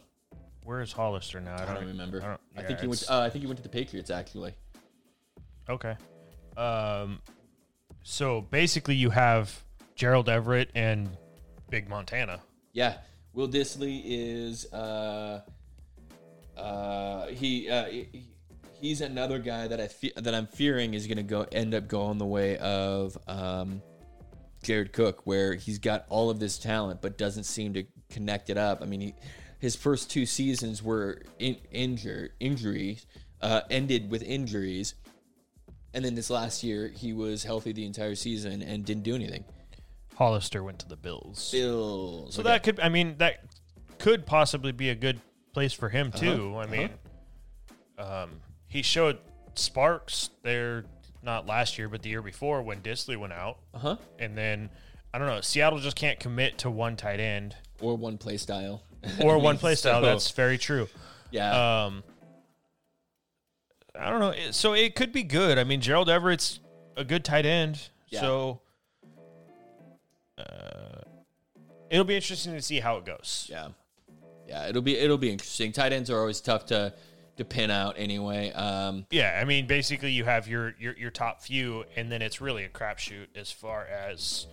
A: Where is Hollister now?
B: I don't remember. I,
A: don't- yeah,
B: think he went.
A: it's-
B: Uh, I think he went to the Patriots actually.
A: Okay. Um, so basically, you have Gerald Everett and Big Montana.
B: Yeah, Will Disley is uh, uh, he, uh, he he's another guy that I fe- that I'm fearing is going to go end up going the way of um, Jared Cook, where he's got all of this talent but doesn't seem to connect it up. I mean, he, his first two seasons were in, injured injuries uh, ended with injuries. And then this last year, he was healthy the entire season and didn't do anything.
A: Hollister went to the Bills.
B: Still,
A: So that could, I mean, that could possibly be a good place for him too. I mean, um, he showed sparks there, not last year, but the year before when Disley went out,
B: uh huh,
A: and then I don't know. Seattle just can't commit to one tight end
B: or one play style,
A: or one play
B: So-
A: style. That's very true.
B: yeah.
A: Um, I don't know. It- So it could be good. I mean, Gerald Everett's a good tight end.
B: Yeah.
A: So uh, it'll be interesting to see how it goes.
B: Yeah, yeah. It'll be it'll be interesting. Tight ends are always tough to to pin out anyway. Um,
A: Yeah, I mean, basically, you have your your, your top few, and then it's really a crapshoot as far as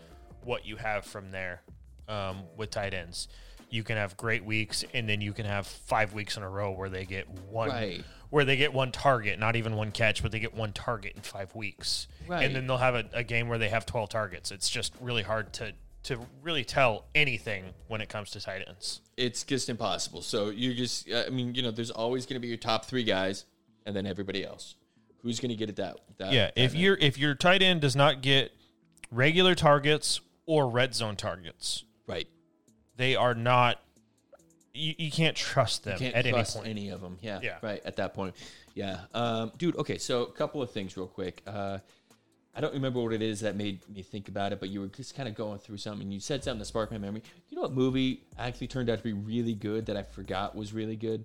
A: what you have from there um, with tight ends. You can have great weeks, and then you can have five weeks in a row where they get one
B: Right.
A: where they get one target, not even one catch, but they get one target in five weeks,
B: Right.
A: and then they'll have a, a game where they have twelve targets. It's just really hard to to really tell anything when it comes to tight ends.
B: it's just impossible. So you just uh, I mean you know there's always going to be your top three guys and then everybody else. Who's going to get it that? that
A: Yeah, if your if your tight end does not get regular targets or red zone targets,
B: right.
A: they are not. You, you can't trust them
B: Can't
A: at
B: trust
A: any
B: any,
A: point.
B: of them. Yeah,
A: Yeah.
B: Right at that point. Yeah. Um, dude. Okay. So a couple of things real quick. Uh, I don't remember what it is that made me think about it, but you were just kind of going through something. and You said something that sparked my memory. You know what movie actually turned out to be really good that I forgot was really good?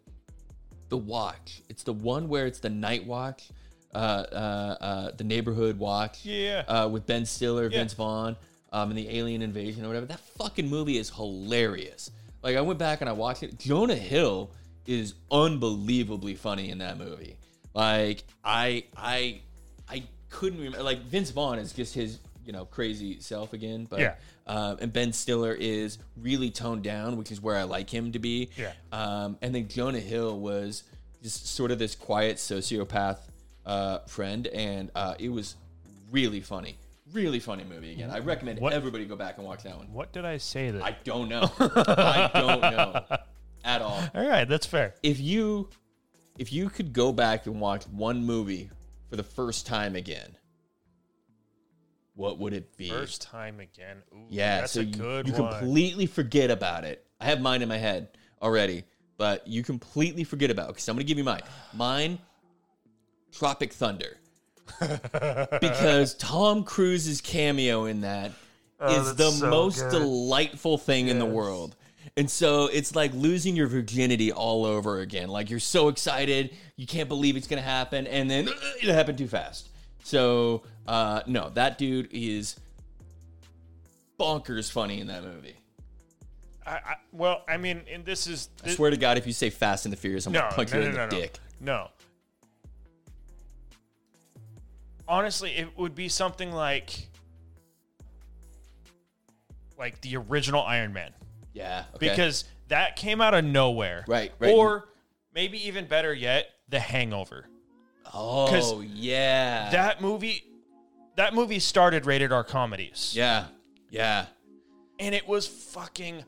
B: The Watch. It's the one where it's the night watch, uh, uh, uh, the neighborhood watch.
A: Yeah.
B: Uh, with Ben Stiller, Vince Vaughn, um, and the alien invasion or whatever. That fucking movie is hilarious. Like I went back and I watched it. Jonah Hill is unbelievably funny in that movie. Like I I I couldn't remember. Like Vince Vaughn is just his you know crazy self again, but
A: Yeah.
B: um, and Ben Stiller is really toned down, which is where I like him to be.
A: Yeah.
B: Um, and then Jonah Hill was just sort of this quiet sociopath uh, friend, and uh, it was really funny, really funny movie. Again, I recommend
A: What-
B: everybody go back and watch that one.
A: What did I say? That
B: I don't know. I don't know at all.
A: all right, that's fair.
B: If you if you could go back and watch one movie for the first time again, what would it be?
A: First time again. Ooh,
B: Yeah,
A: that's
B: so
A: a
B: you-
A: good
B: you,
A: one.
B: completely forget about it. I have mine in my head already, but you completely forget about it. Because I'm gonna give you mine. Mine, Tropic Thunder, because Tom Cruise's cameo in that is
A: Oh, that's
B: the
A: so
B: most
A: good.
B: delightful thing in the
A: Yes.
B: world. And so it's like losing your virginity all over again. Like you're so excited, you can't believe it's gonna happen, and then it happened too fast. So uh, no, that dude is bonkers funny in that movie.
A: I, I, well, I mean, and this is
B: I
A: thi-
B: swear to God, if you say Fast and the Furious, I'm
A: no,
B: gonna punch
A: no,
B: you
A: no,
B: in
A: no,
B: the
A: no.
B: dick.
A: No. Honestly, it would be something like like the original Iron Man
B: Yeah, okay.
A: because that came out of nowhere.
B: Right, right.
A: Or maybe even better yet, The Hangover.
B: oh
A: 'cause
B: yeah,
A: That movie that movie started rated R comedies.
B: yeah, yeah,
A: And it was fucking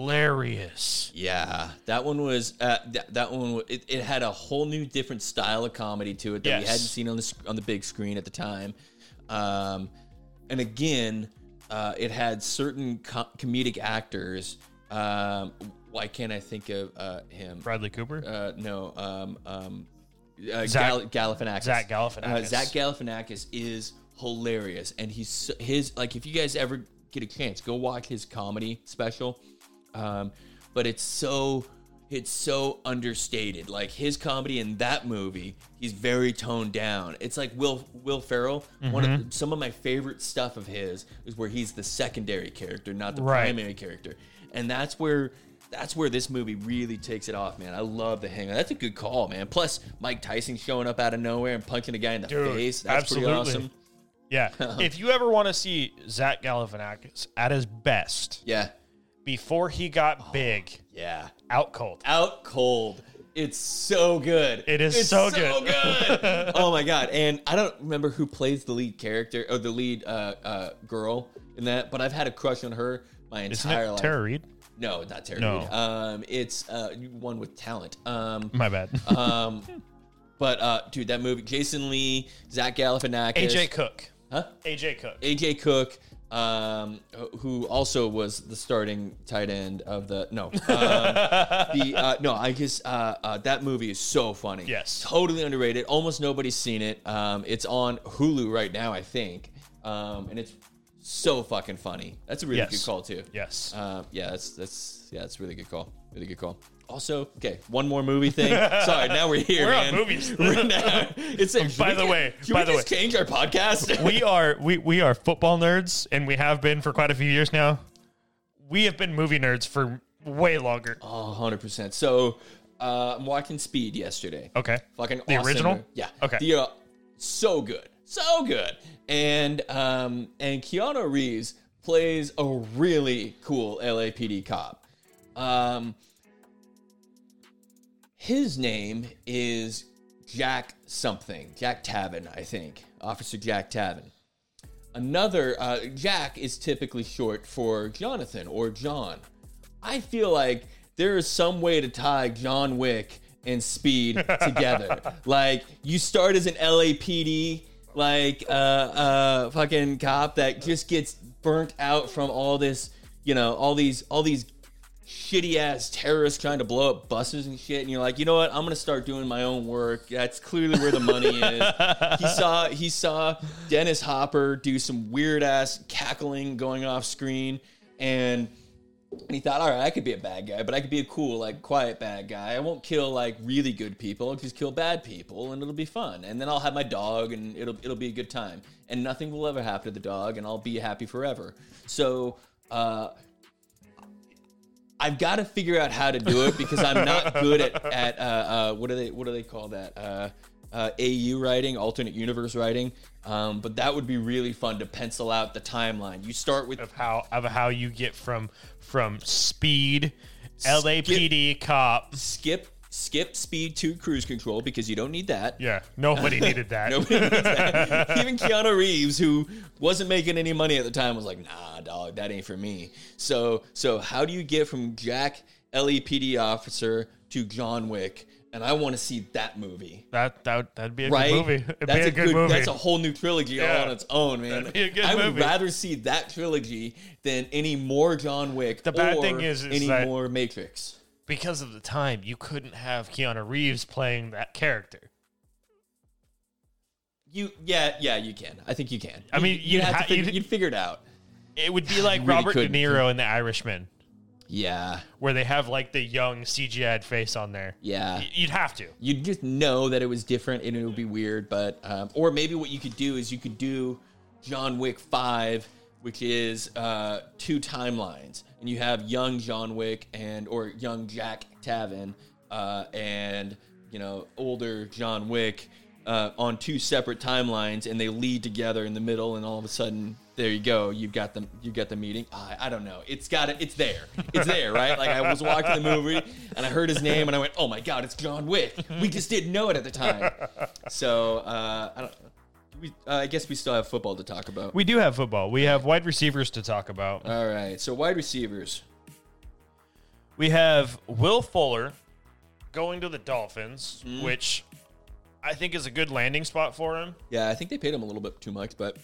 A: hilarious.
B: yeah. That one was uh, th- that one. wa- It, it had a whole new different style of comedy to it that we
A: Yes.
B: hadn't seen on the sc- on the big screen at the time. Um, and again, uh, it had certain co- comedic actors. Um, why can't I think of uh, him?
A: Bradley Cooper?
B: uh, no, um, um, uh,
A: Zach-
B: Gal- Galifianakis.
A: Zach Galifianakis.
B: Uh, Zach Galifianakis is hilarious, and he's so- his like if you guys ever get a chance, go watch his comedy special. Um, but it's so it's so understated. Like his comedy in that movie, he's very toned down. It's like Will Will Ferrell. One
A: Mm-hmm.
B: of the- some of my favorite stuff of his is where he's the secondary character, not the
A: Right.
B: primary character, and that's where that's where this movie really takes it off, man. I love the hangover. That's a good call, man. Plus Mike Tyson showing up out of nowhere and punching a guy in the
A: Dude,
B: face. That's
A: absolutely.
B: pretty awesome. Uh-huh.
A: Yeah. if you ever want to see Zach Galifianakis at his best
B: Yeah,
A: before he got big,
B: yeah.
A: out cold.
B: Out cold. It's so good.
A: It is
B: It's
A: so
B: good. oh my god! And I don't remember who plays the lead character or the lead uh, uh, girl in that, but I've had a crush on her my
A: Isn't
B: entire
A: it
B: life.
A: Tara Reid?
B: No, not Terry.
A: No.
B: Reid. Um, it's uh, one with talent. Um,
A: My bad.
B: Um, but uh, dude, that movie, Jason Lee, Zach Galifianakis,
A: AJ Cook.
B: huh?
A: AJ Cook.
B: AJ Cook, um, who also was the starting tight end of the no, um, the uh, no, I guess uh, uh, that movie is so funny.
A: Yes.
B: totally underrated. Almost nobody's seen it. Um, it's on Hulu right now, I think, um, and it's so fucking funny. That's a really
A: Yes.
B: good call too.
A: Yes.
B: Um, yeah, that's that's yeah, that's a really good call. Really good call. Also, okay, one more movie thing. Sorry, now we're here.
A: We're on
B: man.
A: movies.
B: We're now, it's like, should
A: By
B: we
A: the
B: get-
A: way,
B: should
A: by
B: we
A: the
B: just change our podcast?
A: we are we, we are football nerds and we have been for quite a few years now. We have been movie nerds for way longer.
B: Oh, 100 percent. So, uh, I'm watching Speed yesterday.
A: Okay.
B: Fucking
A: Oh, The
B: awesome.
A: original?
B: Yeah.
A: Okay.
B: The, uh, so good, so good. And um, and Keanu Reeves plays a really cool LAPD cop. Um, his name is Jack something, Jack Tavin, I think, Officer Jack Tavin. Another uh, Jack is typically short for Jonathan or John. I feel like there is some way to tie John Wick and Speed together. like you start as an LAPD like uh, uh, fucking cop that just gets burnt out from all this, you know, all these all these shitty ass terrorists trying to blow up buses and shit and you're like you know what i'm gonna start doing my own work that's clearly where the money is he saw he saw dennis hopper do some weird ass cackling going off screen and and he thought, all right, I could be a bad guy, but I could be a cool, like, quiet bad guy. I won't kill like really good people. I'll just kill bad people, and it'll be fun. And then I'll have my dog, and it'll it'll be a good time. And nothing will ever happen to the dog, and I'll be happy forever. So, uh, I've got to figure out how to do it because I'm not good at at uh, uh, what do they what do they call that uh, uh, AU writing, alternate universe writing. Um, but that would be really fun to pencil out the timeline. You start with
A: Of how of how you get from from speed LAPD cop.
B: skip skip speed to cruise control because you don't need that.
A: Yeah, nobody needed that.
B: Nobody needs that. Even Keanu Reeves, who wasn't making any money at the time, was like, "Nah, dog, that ain't for me." So, so how do you get from Jack LAPD officer to John Wick? And I want to see that movie.
A: That that would- that'd be a
B: Right,
A: good movie. It'd
B: that's
A: be a, good, movie.
B: That's a whole new trilogy
A: Yeah.
B: all on its own, man.
A: That'd be a good
B: I would
A: movie.
B: rather see that trilogy than any more John Wick. The
A: bad
B: or
A: thing is- is
B: any
A: that-
B: more Matrix.
A: because of the time, you couldn't have Keanu Reeves playing that character.
B: You yeah yeah you can. I think you can.
A: I mean,
B: you'd,
A: you'd
B: have
A: ha-
B: to figure,
A: you'd-
B: you'd, figure it out.
A: It would be like
B: really
A: Robert
B: couldn't.
A: De Niro in The Irishman,
B: Yeah,
A: where they have like the young CGI face on there.
B: yeah.
A: Y- You'd have to.
B: You'd just know that it was different and it would be weird, but um, or maybe what you could do is you could do John Wick Five which is uh, two timelines, and you have young John Wick and or young Jack Tavin uh, and you know older John Wick uh, on two separate timelines, and they lead together in the middle, and all of a sudden. There you go. You've got the you've got the meeting. I, I don't know. It's got it. It's there. It's there, right? Like I was watching the movie and I heard his name and I went, "Oh my god, it's John Wick." We just didn't know it at the time. So uh, I don't. We, uh, I guess we still have football to talk about.
A: We do have football. We have wide receivers to talk about.
B: All right. So wide receivers.
A: We have Will Fuller going to the Dolphins,
B: Mm.
A: which I think is a good landing spot for him.
B: Yeah, I think they paid him a little bit too much, but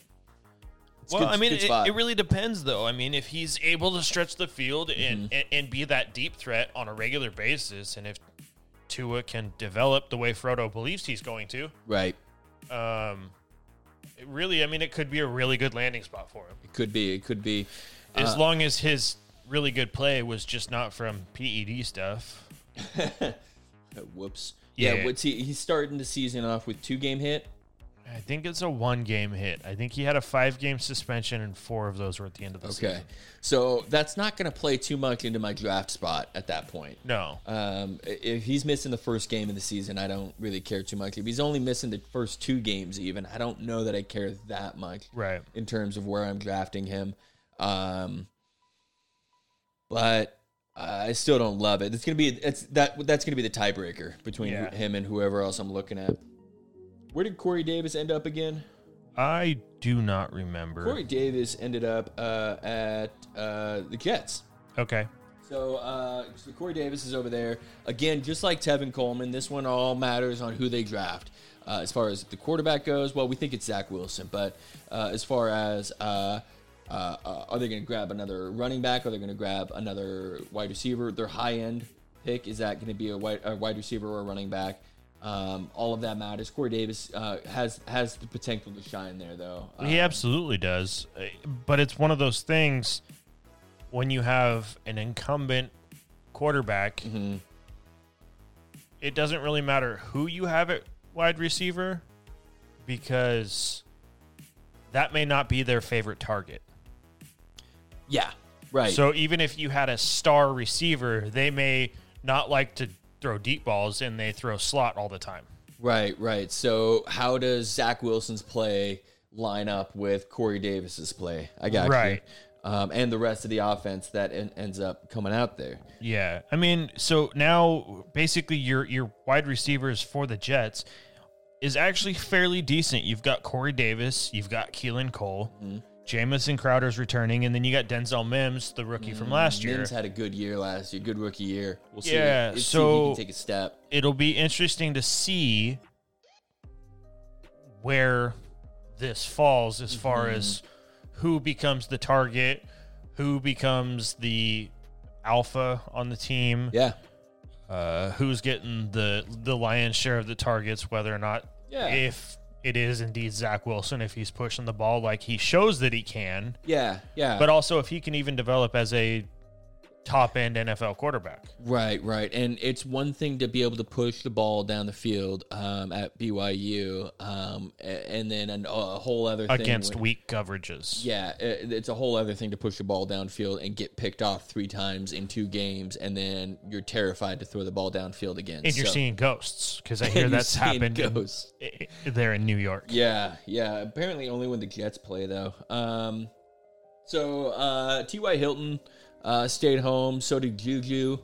B: it's
A: well,
B: good-
A: I mean,
B: good
A: it,
B: spot.
A: it really depends, though. I mean, if he's able to stretch the field
B: Mm-hmm.
A: and, and, and be that deep threat on a regular basis, and if Tua can develop the way Frodo believes he's going to,
B: right.
A: um, it really, I mean, it could be a really good landing spot for him.
B: It could be. It could be.
A: As long as his really good play was just not from PED stuff.
B: Uh, whoops. Yeah.
A: Yeah.
B: What's he? He's starting the season off with two game hit.
A: I think it's a one game hit. I think he had a five game suspension, and four of those were at the end of the
B: Okay.
A: season.
B: So that's not going to play too much into my draft spot at that point.
A: No.
B: Um, i- if he's missing the first game of the season, I don't really care too much. If he's only missing the first two games, even I don't know that I care that much.
A: Right.
B: in terms of where I'm drafting him. Um, but I still don't love it. It's gonna be it's that that's gonna be the tiebreaker between
A: Yeah.
B: him and whoever else I'm looking at. Where did Corey Davis end up again?
A: I do not remember.
B: Corey Davis ended up uh, at uh, the Jets.
A: Okay.
B: So, uh, so Corey Davis is over there again, just like Tevin Coleman. This one all matters on who they draft. Uh, as far as the quarterback goes, well, we think it's Zach Wilson, but uh, as far as uh, uh, uh, are they going to grab another running back? Are they going to grab another wide receiver? Their high end pick is that going to be a wide, a wide receiver or a running back? Um, all of that matters. Corey Davis uh, has has the potential to shine there, though. Uh,
A: He absolutely does. Uh, But it's one of those things when you have an incumbent quarterback,
B: Mm-hmm.
A: it doesn't really matter who you have at wide receiver because that may not be their favorite target.
B: yeah, right.
A: So even if you had a star receiver, they may not like to throw deep balls and they throw slot all the time.
B: Right, right. So how does Zach Wilson's play line up with Corey Davis's play? I got
A: Right.
B: you. Um, and the rest of the offense that en- ends up coming out there.
A: Yeah. I mean, so now basically your your wide receivers for the Jets is actually fairly decent. You've got Corey Davis, you've got Keelan Cole, Jamison Crowder's returning, and then you got Denzel Mims, the rookie from last year.
B: Mm-hmm. Mims had a good year last year, good rookie year. We'll see.
A: Yeah,
B: Let's see
A: so-
B: if he can take a step.
A: It'll be interesting to see where this falls as far
B: Mm-hmm.
A: as who becomes the target, who becomes the alpha on the team.
B: Yeah.
A: uh, who's getting the the lion's share of the targets, whether or not
B: Yeah.
A: if it is indeed Zach Wilson, if he's pushing the ball like he shows that he can,
B: Yeah. Yeah.
A: but also if he can even develop as a top end NFL quarterback.
B: Right, right. And it's one thing to be able to push the ball down the field um, at BYU, um, a- and then an, a whole other thing
A: Against
B: when-
A: weak coverages,
B: Yeah, it, it's a whole other thing to push the ball downfield and get picked off three times in two games, and then you're terrified to throw the ball downfield again.
A: and you're
B: So-
A: seeing ghosts because I
B: and
A: hear
B: you're
A: that's
B: seeing
A: happened in-
B: ghosts.
A: i- i- there in New York.
B: Yeah, yeah. Apparently, only when the Jets play though. Um, so uh, T.Y. Hilton uh, stayed home. So did Juju.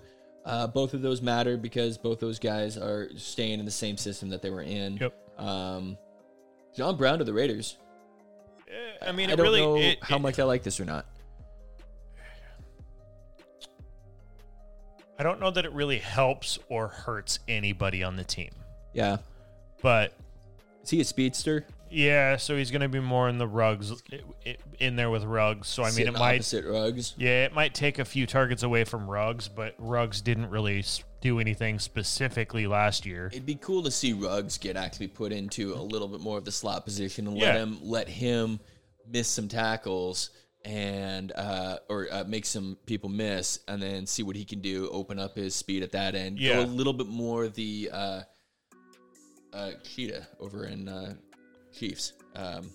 B: Uh, both of those matter because both those guys are staying in the same system that they were in.
A: Yep.
B: Um, John Brown to the Raiders.
A: I mean,
B: I
A: it
B: don't
A: really.
B: know
A: it-
B: how
A: it-
B: much I like this or not.
A: I don't know that it really helps or hurts anybody on the team,
B: Yeah.
A: but
B: Is he a speedster?
A: Yeah, so he's going to be more in the rugs, in there with rugs. So I mean, it
B: Sitting
A: might,
B: opposite rugs.
A: yeah, it might take a few targets away from rugs, but rugs didn't really s- do anything specifically last year.
B: It'd be cool to see Ruggs get actually put into a little bit more of the slot position and let
A: Yeah.
B: him let him miss some tackles and uh, or uh, make some people miss and then see what he can do. Open up his speed at that end.
A: Yeah.
B: Go a little bit more the uh, uh, cheetah over in uh, Chiefs. Um,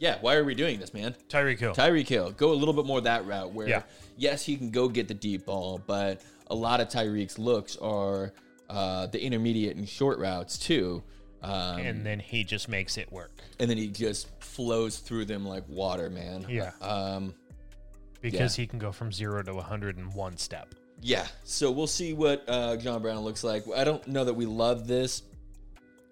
B: yeah, why are we doing this, man?
A: Tyreek Hill.
B: Tyreek Hill, go a little bit more that route where,
A: Yeah.
B: yes, he can go get the deep ball, but a lot of Tyreek's looks are uh, the intermediate and short routes too. Um,
A: and then he just makes it work.
B: and then he just flows through them like water, man.
A: Yeah.
B: Um,
A: Because he can go from zero to 100 in one step.
B: yeah. So we'll see what uh, John Brown looks like. I don't know that we love this,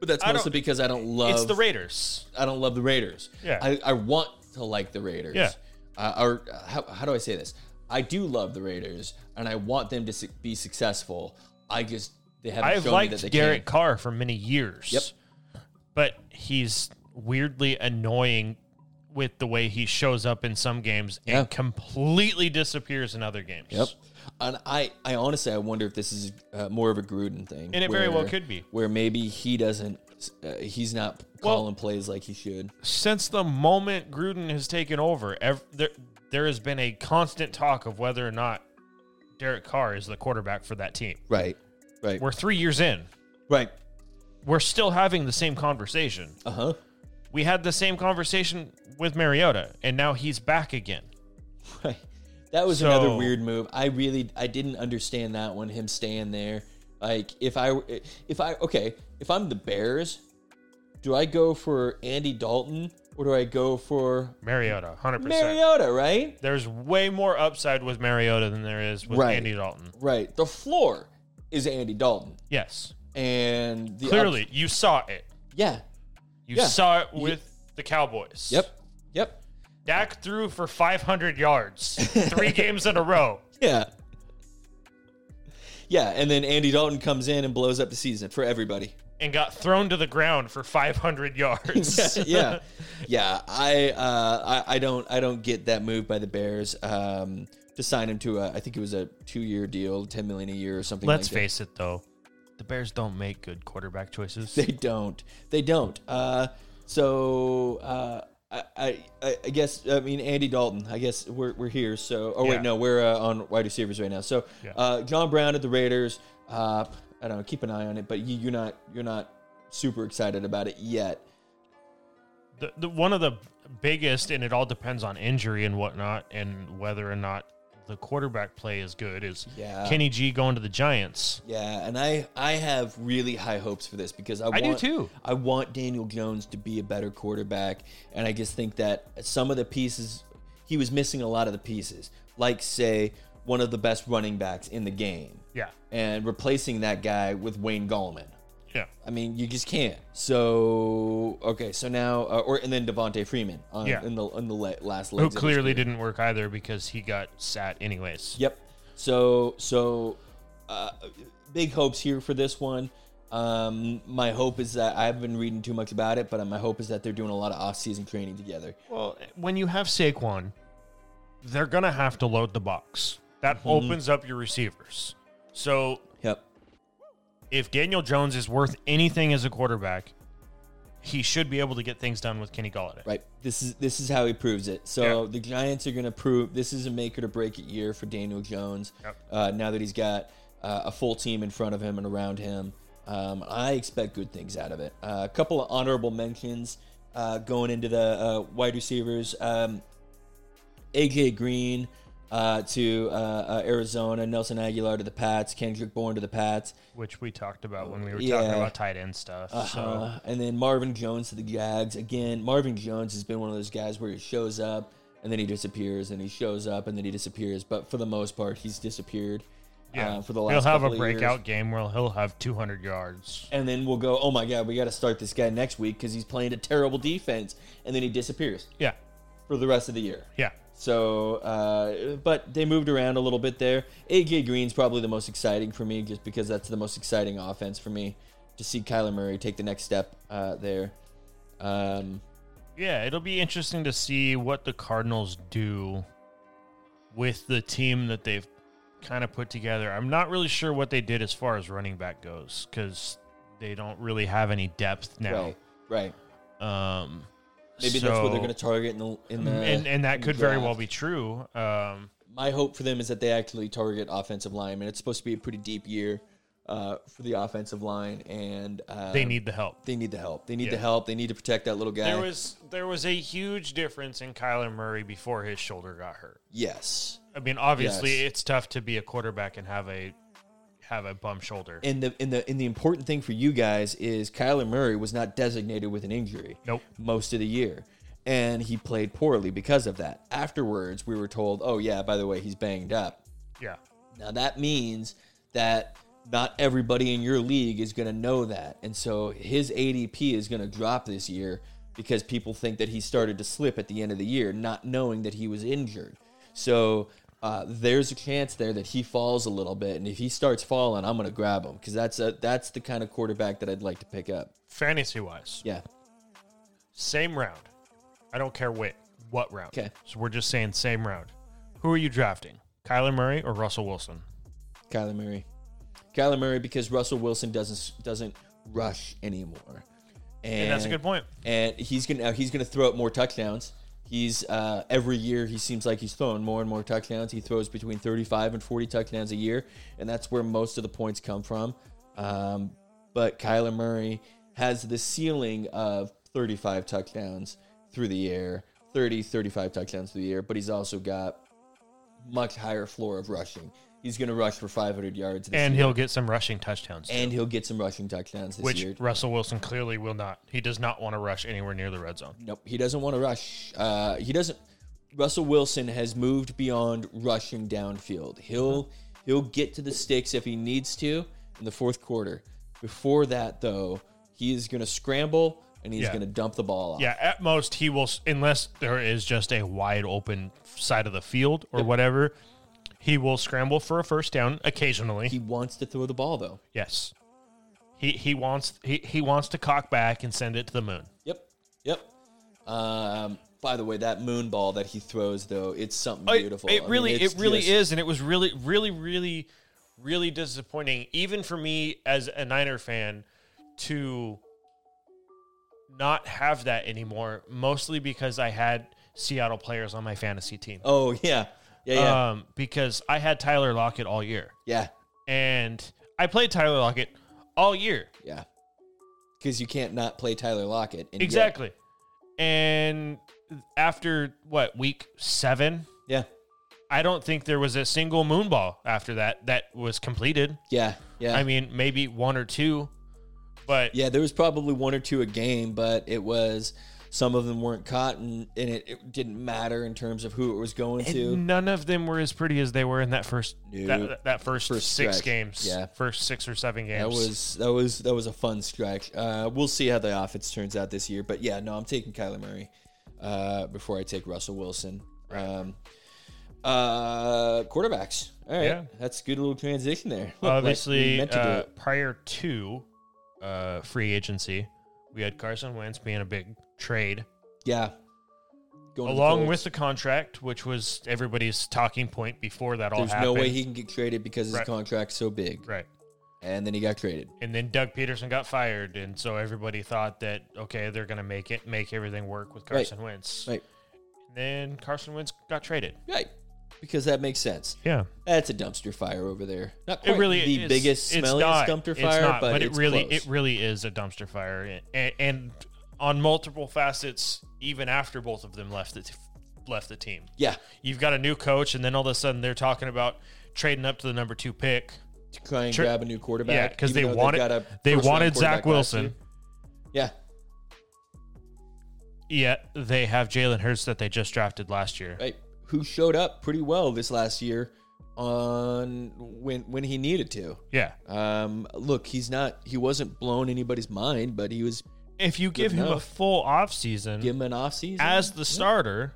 B: but that's
A: I don't-
B: mostly because I don't love
A: it's the Raiders.
B: I don't love the Raiders.
A: Yeah.
B: I, I want to like the Raiders.
A: Yeah.
B: Uh, or uh, how, how do I say this? I do love the Raiders, and I want them to su- be successful. I just they haven't
A: I've
B: shown me
A: liked
B: that they
A: Garrett
B: can.
A: Carr for many years.
B: Yep.
A: But he's weirdly annoying with the way he shows up in some games and
B: Yeah.
A: completely disappears in other games.
B: Yep. And I, I honestly, I wonder if this is uh, more of a Gruden thing,
A: And it very well could be.
B: where maybe he doesn't, uh, he's not calling plays like he should.
A: Since the moment Gruden has taken over, ev- there, there has been a constant talk of whether or not Derek Carr is the quarterback for that team.
B: Right. Right.
A: We're three years in.
B: right.
A: We're still having the same conversation.
B: Uh huh.
A: We had the same conversation with Mariota, and now he's back again.
B: Right. That was another
A: So-
B: weird move. I really I didn't understand that one. Him staying there. Like if I if I okay if I'm the Bears, do I go for Andy Dalton or do I go for
A: Mariota, 100%.
B: Mariota? Right.
A: There's way more upside with Mariota than there is with
B: Right.
A: Andy Dalton.
B: Right. The floor is Andy Dalton,
A: Yes.
B: and the up-
A: Clearly, you saw it.
B: yeah.
A: You
B: Yeah.
A: saw it with the Cowboys.
B: Yep. Yep.
A: Dak threw for 500 yards three games in a row.
B: Yeah. Yeah, and then Andy Dalton comes in and blows up the season for everybody.
A: and got thrown to the ground for 500 yards.
B: yeah, yeah. I, uh, I I don't I don't get that move by the Bears um, to sign him to a I think it was a two year deal, ten million a year or something.
A: Let's
B: like
A: face it, though, the Bears don't make good quarterback choices.
B: that. They don't. They don't. Uh, so uh, I, I I I guess I mean Andy Dalton. I guess we're we're here. So oh
A: Yeah.
B: wait no, we're uh, on wide receivers right now. So
A: Yeah.
B: uh, John Brown at the Raiders. Uh, I don't know. Keep an eye on it, but you, you're not you're not super excited about it yet.
A: The, the, one of the biggest, and it all depends on injury and whatnot, and whether or not the quarterback play is good, is
B: Yeah.
A: Kenny G going to the Giants.
B: Yeah, and I I have really high hopes for this because I,
A: I
B: want,
A: do too.
B: I want Daniel Jones to be a better quarterback, and I just think that some of the pieces he was missing a lot of the pieces, like say one of the best running backs in the game,
A: Yeah.
B: and replacing that guy with Wayne Gallman.
A: Yeah.
B: I mean, you just can't. So okay, so now uh, or and then Devonte Freeman on,
A: Yeah.
B: in the in the le- last
A: Who
B: legs of his
A: clearly
B: career.
A: didn't work either because he got sat anyways.
B: Yep. So so uh, big hopes here for this one. Um, my hope is that I haven't been reading too much about it, but my hope is that they're doing a lot of off-season training together.
A: Well, when you have Saquon, they're going to have to load the box. That
B: Mm-hmm.
A: opens up your receivers. So
B: Yep.
A: if Daniel Jones is worth anything as a quarterback, he should be able to get things done with Kenny Galladay.
B: Right. This is this is how he proves it. So
A: Yeah.
B: the Giants are going to prove this is a make or to break it year for Daniel Jones.
A: Yep.
B: Uh, now that he's got uh, a full team in front of him and around him, um, I expect good things out of it. Uh, a couple of honorable mentions uh, going into the uh, wide receivers. Um, AJ Green uh, to uh, uh, Arizona, Nelson Aguilar to the Pats, Kendrick Bourne to the Pats,
A: Which we talked about when we were
B: Yeah.
A: talking about tight end stuff. So
B: uh, and then Marvin Jones to the Jags. Again, Marvin Jones has been one of those guys where he shows up and then he disappears, and he shows up and then he disappears. But for the most part, he's disappeared.
A: yeah,
B: uh, for the
A: he'll
B: last
A: have a
B: couple of years.
A: breakout game where he'll have 200 yards.
B: and then we'll go, oh my god, we got to start this guy next week because he's playing a terrible defense, and then he disappears
A: Yeah,
B: for the rest of the year.
A: yeah,
B: So, uh, but they moved around a little bit there. AJ Green's probably the most exciting for me, just because that's the most exciting offense for me to see Kyler Murray take the next step uh, there. Um,
A: yeah. It'll be interesting to see what the Cardinals do with the team that they've kind of put together. I'm not really sure what they did as far as running back goes because they don't really have any depth now.
B: Right, right.
A: Um,
B: Maybe that's what they're
A: so-
B: going to target in the in the.
A: and and that
B: in
A: could
B: the
A: very
B: draft.
A: well be true. Um,
B: My hope for them is that they actually target offensive linemen. It's supposed to be a pretty deep year uh, for the offensive line, and uh,
A: They need the help.
B: they need the help. They need
A: Yeah.
B: the help. They need to protect that little guy.
A: There was there was a huge difference in Kyler Murray before his shoulder got hurt.
B: yes,
A: I mean, obviously,
B: Yes.
A: it's tough to be a quarterback and have a have a bum shoulder.
B: and the and the and the important thing for you guys is Kyler Murray was not designated with an injury.
A: Nope.
B: most of the year. And he played poorly because of that. Afterwards, we were told, oh, yeah, by the way, he's banged up.
A: yeah,
B: Now, that means that not everybody in your league is going to know that. And so his ADP is going to drop this year because people think that he started to slip at the end of the year, not knowing that he was injured. So uh, there's a chance there that he falls a little bit. And if he starts falling, I'm going to grab him because that's, a- that's the kind of quarterback that I'd like to pick up.
A: fantasy wise,
B: Yeah.
A: same round. I don't care what what round.
B: 'Kay.
A: So we're just saying same round. Who are you drafting? Kyler Murray or Russell Wilson?
B: Kyler Murray. Kyler Murray because Russell Wilson doesn't doesn't rush anymore. And,
A: And that's a good point.
B: And he's gonna he's gonna throw up more touchdowns. He's uh, every year he seems like he's throwing more and more touchdowns. He throws between 35 and 40 touchdowns a year, and that's where most of the points come from. Um, but Kyler Murray has the ceiling of 35 touchdowns through the air, 30, 35 touchdowns through the air. But he's also got much higher floor of rushing. He's going to rush for 500 yards this
A: And
B: year,
A: he'll get some rushing touchdowns, too,
B: and he'll get some rushing touchdowns this
A: which
B: year.
A: Russell Wilson clearly will not. He does not want to rush anywhere near the red zone.
B: Nope, he doesn't want to rush. Uh, he doesn't. Russell Wilson has moved beyond rushing downfield. He'll he'll get to the sticks if he needs to in the fourth quarter. Before that, though, he is going to scramble and he's
A: Yeah.
B: going to dump the ball. Off.
A: Yeah, at most he will, unless there is just a wide open side of the field or whatever, he will scramble for a first down occasionally.
B: he wants to throw the ball though.
A: yes, he he wants he, he wants to cock back and send it to the moon.
B: Yep, yep. Um, by the way, that moon ball that he throws though, it's something beautiful. I
A: It,
B: mean,
A: really
B: it's
A: it really
B: just-
A: is, and it was really really really really disappointing, even for me as a Niner fan, to not have that anymore. Mostly because I had Seattle players on my fantasy team.
B: Oh yeah, yeah, yeah,
A: um, because I had Tyler Lockett all year,
B: yeah,
A: and I played Tyler Lockett all year
B: yeah. Because you can't not play Tyler Lockett. And yet-
A: exactly. And after what week seven,
B: yeah,
A: I don't think there was a single moonball after that that was completed.
B: yeah, yeah.
A: I mean, maybe one or two, but
B: yeah, there was probably one or two a game, but it was some of them weren't caught, and, and it, it didn't matter in terms of who it was going to.
A: none of them were as pretty as they were in that first
B: Nope.
A: that, that first,
B: First
A: six
B: stretch.
A: games,
B: Yeah.
A: first six or seven games.
B: That was that was that was a fun stretch. Uh, we'll see how the offense turns out this year, but yeah, no, I'm taking Kyler Murray uh, before I take Russell Wilson. Um, uh, quarterbacks. All right,
A: Yeah.
B: that's a good little transition there. Like we
A: obviously
B: meant to do
A: uh,
B: it.
A: prior to uh, free agency, we had Carson Wentz being a big trade,
B: yeah. Going to the
A: along
B: Colts.
A: with the contract, which was everybody's talking point before that all
B: there's
A: happened.
B: no way he can get traded because his
A: Right.
B: contract's so big,
A: right.
B: and then he got traded.
A: And then Doug Peterson got fired, and so everybody thought that okay, they're gonna make it, make everything work with
B: Right.
A: Carson Wentz.
B: Right,
A: And then Carson Wentz got traded.
B: right, because that makes sense.
A: Yeah,
B: That's a dumpster fire over there. Not quite
A: it really
B: the
A: is-
B: biggest,
A: it's
B: smelliest
A: not-
B: dumpster
A: it's
B: fire,
A: not,
B: but,
A: it
B: it's
A: really
B: close.
A: it really is a dumpster fire, and, and on multiple facets, even after both of them left the t- left the team.
B: yeah,
A: You've got a new coach, and then all of a sudden they're talking about trading up to the number two pick.
B: to try and
A: Sure.
B: grab a new quarterback.
A: yeah, because
B: even
A: they
B: though they've
A: wanted
B: got a
A: they
B: first-round
A: wanted Zach
B: quarterback last
A: Wilson.
B: year. Yeah,
A: Yet they have Jalen Hurts that they just drafted last year.
B: right. Who showed up pretty well this last year on when when he needed to.
A: Yeah,
B: Um, look, he's not he wasn't blown anybody's mind, but he was
A: if you give him a
B: enough.
A: full offseason
B: give him an off season
A: Mm-hmm. as the starter,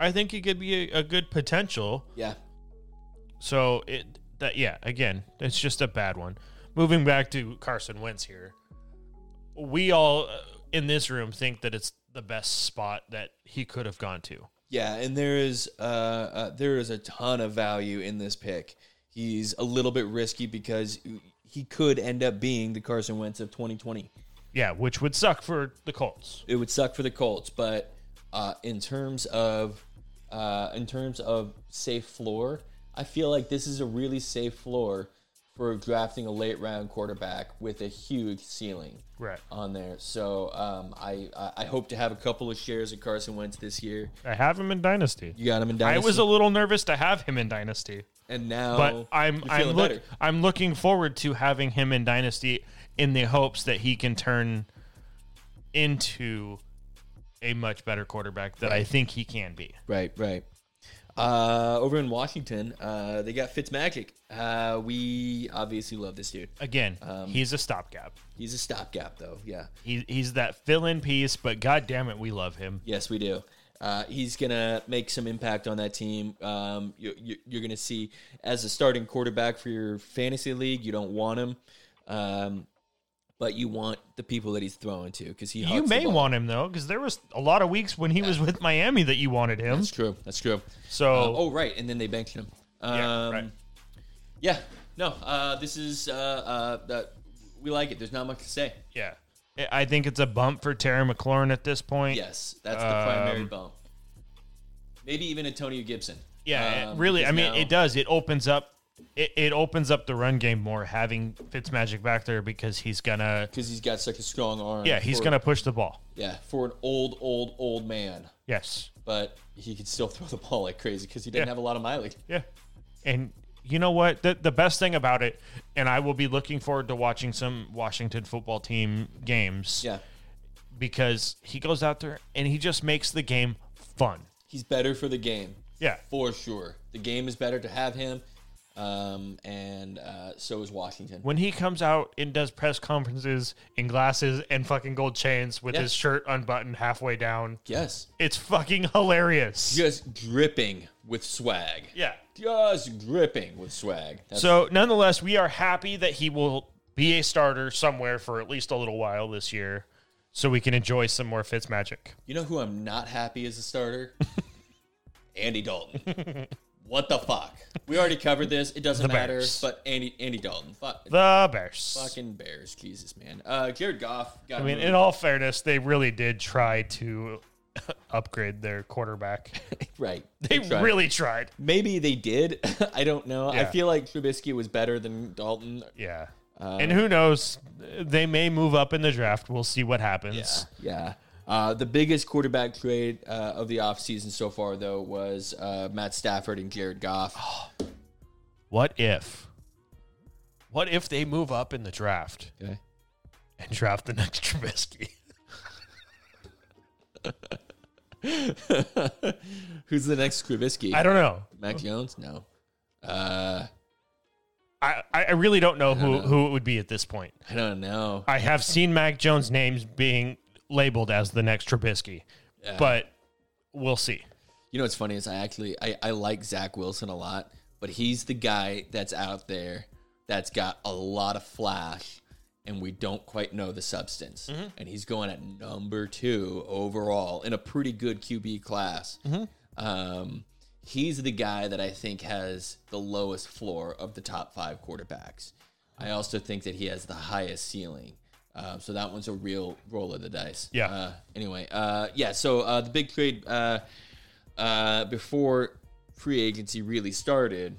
A: I think he could be a, a good potential.
B: Yeah,
A: So it that yeah, again, it's just a bad one. Moving back to Carson Wentz here, we all uh, in this room think that it's the best spot that he could have gone to.
B: Yeah, and there is uh, uh, there is a ton of value in this pick. He's a little bit risky because he could end up being the Carson Wentz of 2020.
A: Yeah, which would suck for the Colts.
B: It would suck for the Colts, but uh, in terms of uh, in terms of safe floor, I feel like this is a really safe floor for drafting a late round quarterback with a huge ceiling
A: Right.
B: on there. So um, I I- I hope to have a couple of shares of Carson Wentz this year.
A: I have him in Dynasty.
B: You got him in
A: I
B: dynasty,
A: was a little nervous to have him in Dynasty,
B: and now
A: but I'm
B: you're
A: I'm
B: feeling
A: look,
B: better.
A: I'm looking forward to having him in Dynasty in the hopes that he can turn into a much better quarterback that I think he can be.
B: Right, right. Uh, over in Washington, uh, they got Fitzmagic. Uh, we obviously love this dude.
A: Again,
B: Um,
A: he's a stopgap.
B: He's a stopgap, though. Yeah.
A: He, he's that fill-in piece, but god damn it, we love him.
B: Yes, we do. Uh, he's gonna make some impact on that team. Um, you, you, you're gonna see as a starting quarterback for your fantasy league. You don't want him, um, but you want the people that he's throwing to because he.
A: you
B: hugs the
A: may
B: ball.
A: want him though, because there was a lot of weeks when he was with Miami that you wanted him.
B: That's true. That's true. Uh,
A: So
B: oh, right, and then they benched him. Um,
A: Yeah, right.
B: yeah, no. Uh, this is uh, uh, that we like it. There's not much to say.
A: yeah, I- I think it's a bump for Terry McLaurin at this point.
B: Yes, that's the primary
A: Um,
B: bump. Maybe even Antonio Gibson.
A: Yeah,
B: Um,
A: it really. I
B: because
A: mean,
B: now-
A: it does. It opens up. It, it opens up the run game more having Fitzmagic back there because he's gonna.
B: because he's got such a strong arm.
A: Yeah, he's
B: for-
A: gonna push the ball.
B: Yeah, for an old, old, old man,
A: Yes.
B: but he could still throw the ball like crazy because he didn't
A: Yeah.
B: have a lot of mileage.
A: Yeah. And you know what? The the best thing about it, and I will be looking forward to watching some Washington football team games
B: Yeah,
A: because he goes out there and he just makes the game fun.
B: he's better for the game
A: Yeah.
B: for sure. The game is better to have him, um, and uh, so is Washington.
A: When he comes out and does press conferences in glasses and fucking gold chains with
B: Yeah.
A: his shirt unbuttoned halfway down,
B: Yes,
A: it's fucking hilarious.
B: just dripping with swag.
A: Yeah.
B: Just dripping with swag. That's,
A: So, nonetheless, we are happy that he will be a starter somewhere for at least a little while this year so we can enjoy some more Fitz magic.
B: you know who I'm not happy as a starter? Andy Dalton. what the fuck? We already covered this. It doesn't
A: The
B: matter.
A: Bears.
B: But Andy Andy Dalton. Fuck.
A: The Bears.
B: Fucking Bears, Jesus, man. Uh, Jared Goff got.
A: I mean, in all fairness, they really did try to upgrade their quarterback.
B: right.
A: They
B: tried.
A: really tried.
B: Maybe they did. I don't know. I
A: Yeah.
B: feel like Trubisky was better than Dalton.
A: Yeah.
B: Uh,
A: and who knows? They may move up in the draft. We'll see what happens.
B: Yeah. Uh, the biggest quarterback trade uh, of the offseason so far, though, was uh, Matt Stafford and Jared
A: Oh.
B: Goff.
A: What if? What if they move up in the draft
B: Okay.
A: and draft the next Trubisky?
B: Who's the next Trubisky?
A: I don't know.
B: Mac Jones? No. Uh,
A: I, I I really don't know who, who it would be at this point.
B: I don't know.
A: I have seen Mac Jones' names being labeled as the next Trubisky, but we'll see.
B: You know what's funny is I actually I, I like Zach Wilson a lot, but he's the guy that's out there that's got a lot of flash and we don't quite know the substance.
A: Mm-hmm.
B: And he's going at number two overall in a pretty good QB class. Um, he's the guy that I think has the lowest floor of the top five quarterbacks. I also think that he has the highest ceiling. Um, so that one's a real roll of the dice.
A: Yeah.
B: Uh, anyway, uh, yeah. So uh, the big trade uh, uh, before free agency really started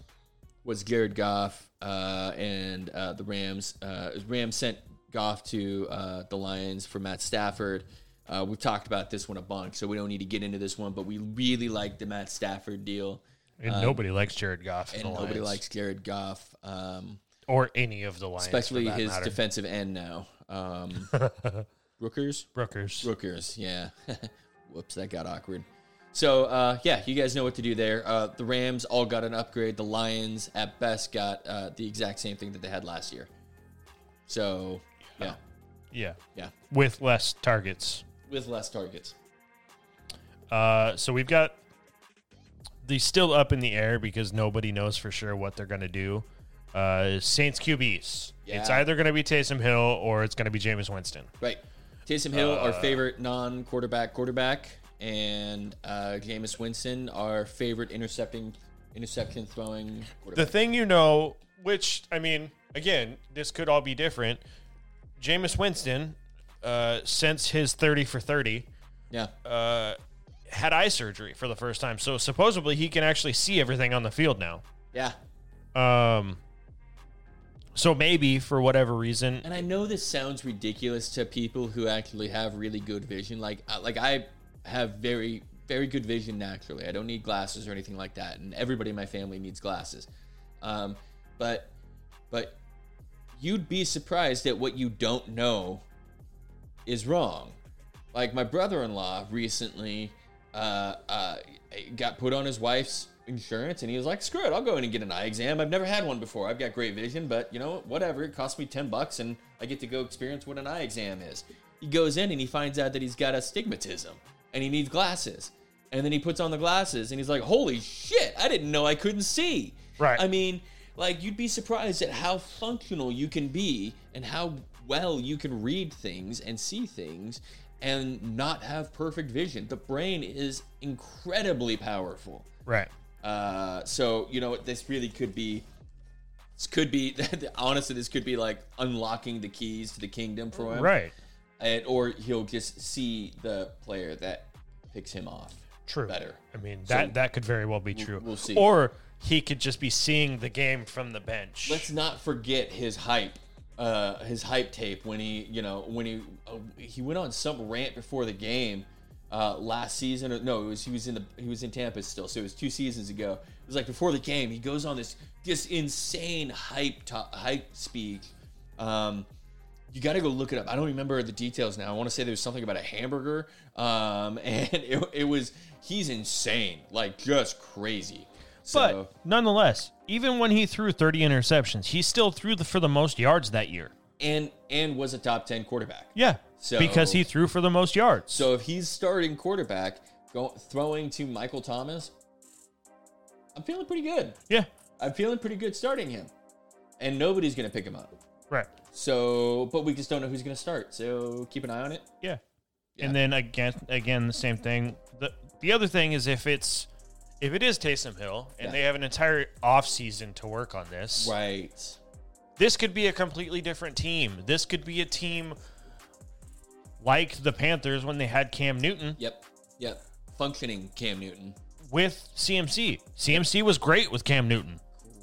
B: was Jared Goff uh, and uh, the Rams. Uh, Rams sent Goff to uh, the Lions for Matt Stafford. Uh, we've talked about this one a bunch, so we don't need to get into this one. But we really like the Matt Stafford deal,
A: And nobody likes Jared Goff. in
B: Um, and
A: the
B: nobody
A: Lions.
B: likes Jared Goff, um,
A: or any of the Lions, for
B: especially
A: that
B: his
A: matter.
B: defensive end now. Um, Rookers,
A: Brookers.
B: Rookers, yeah. Whoops, that got awkward. So, uh, yeah, you guys know what to do there. Uh, the Rams all got an upgrade. The Lions, at best, got uh, the exact same thing that they had last year. So, yeah,
A: Yeah,
B: yeah,
A: with less targets.
B: with less targets.
A: Uh, so we've got these still up in the air because nobody knows for sure what they're going to do. Uh, Saints QBs. It's
B: Yeah.
A: either going to be Taysom Hill or it's going to be Jameis Winston.
B: Right. Taysom Hill, our favorite non quarterback quarterback, and uh, Jameis Winston, our favorite intercepting, interception throwing
A: The
B: quarterback.
A: thing you know, which I mean, again, this could all be different. Jameis Winston, uh, since his thirty for thirty,
B: yeah.
A: uh, had eye surgery for the first time, so supposedly he can actually see everything on the field now.
B: yeah.
A: Um, So maybe for whatever reason,
B: And I know this sounds ridiculous to people who actually have really good vision. Like, I- like I have very, very good vision naturally. I don't need glasses or anything like that. And everybody in my family needs glasses. Um, but, but you'd be surprised at what you don't know is wrong. Like my brother-in-law recently uh, uh, got put on his wife's insurance, and he was like, "Screw it, I'll go in and get an eye exam. I've never had one before. I've got great vision, but you know, whatever. It cost me ten bucks, and I get to go experience what an eye exam is." He goes in and he finds out that he's got astigmatism, and he needs glasses. And then he puts on the glasses, and he's like, "Holy shit! I didn't know I couldn't see."
A: Right.
B: I mean, like you'd be surprised at how functional you can be and how well you can read things and see things and not have perfect vision. The brain is incredibly powerful.
A: right?
B: Uh, so you know this really could be. This could be honestly. This could be like unlocking the keys to the kingdom for him,
A: Right.
B: And, or he'll just see the player that picks him off.
A: True.
B: Better.
A: I mean, that that could very well be true.
B: we'll see.
A: Or he could just be seeing the game from the bench.
B: let's not forget his hype uh his hype tape when he you know when he uh, he went on some rant before the game uh last season or no it was he was in the he was in Tampa still so it was two seasons ago it was like before the game he goes on this this insane hype to- hype speak um you got to go look it up. I don't remember the details now. I want to say there was something about a hamburger, um, and it, it was he's insane, like just crazy.
A: but
B: So-
A: nonetheless, even when he threw 30 interceptions, he still threw the, for the most yards that year.
B: and and was a top ten quarterback.
A: Yeah.
B: So-
A: because he threw for the most yards.
B: So if he's starting quarterback, go, throwing to Michael Thomas, I'm feeling pretty good.
A: yeah.
B: I'm feeling pretty good starting him, and nobody's gonna pick him up.
A: Right.
B: So, but we just don't know who's gonna start. So keep an eye on it.
A: Yeah.
B: Yeah.
A: And then again, again, the same thing. The the other thing is if it's if it is Taysom Hill and
B: Yeah.
A: they have an entire offseason to work on this,
B: Right.
A: this could be a completely different team. This could be a team like the Panthers when they had Cam Newton
B: Yep. Yep. Functioning Cam Newton.
A: with CMC. CMC was great with Cam Newton.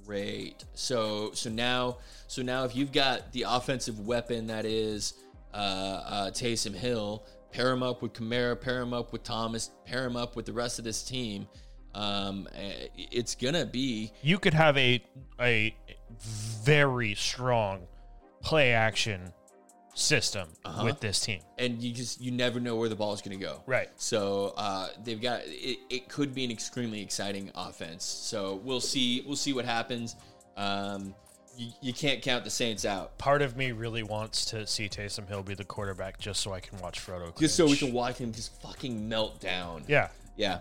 B: Great. So so now so now if you've got the offensive weapon that is uh, uh, Taysom Hill, pair him up with Kamara, pair him up with Thomas, pair him up with the rest of this team. Um, eh, it's gonna be
A: You could have a a very strong play action system
B: Uh-huh.
A: with this team.
B: and you just you never know where the ball is going to go.
A: Right.
B: So uh, they've got it, it. could be an extremely exciting offense. So we'll see. We'll see what happens. Um, you, you can't count the Saints out.
A: Part of me really wants to see Taysom Hill be the quarterback just so I can watch Frodo.
B: Just so we
A: cringe.
B: can watch him just fucking melt down.
A: Yeah.
B: Yeah.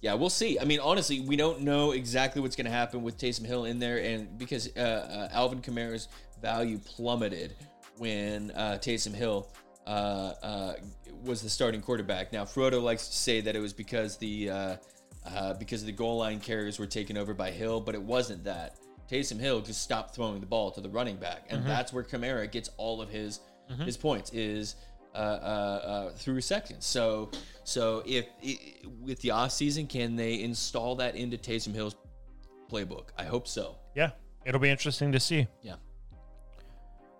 B: Yeah, we'll see. I mean, honestly, we don't know exactly what's going to happen with Taysom Hill in there, and because uh, uh, Alvin Kamara's value plummeted when uh, Taysom Hill uh, uh, was the starting quarterback. Now, Frodo likes to say that it was because the uh, uh, because the goal line carriers were taken over by Hill, but it wasn't that. Taysom Hill just stopped throwing the ball to the running back,
A: Mm-hmm.
B: and that's where Kamara gets all of his his points is uh, uh, uh, through sections. So, so if i- with the offseason, can they install that into Taysom Hill's playbook? I hope so.
A: Yeah. It'll be interesting to see.
B: Yeah.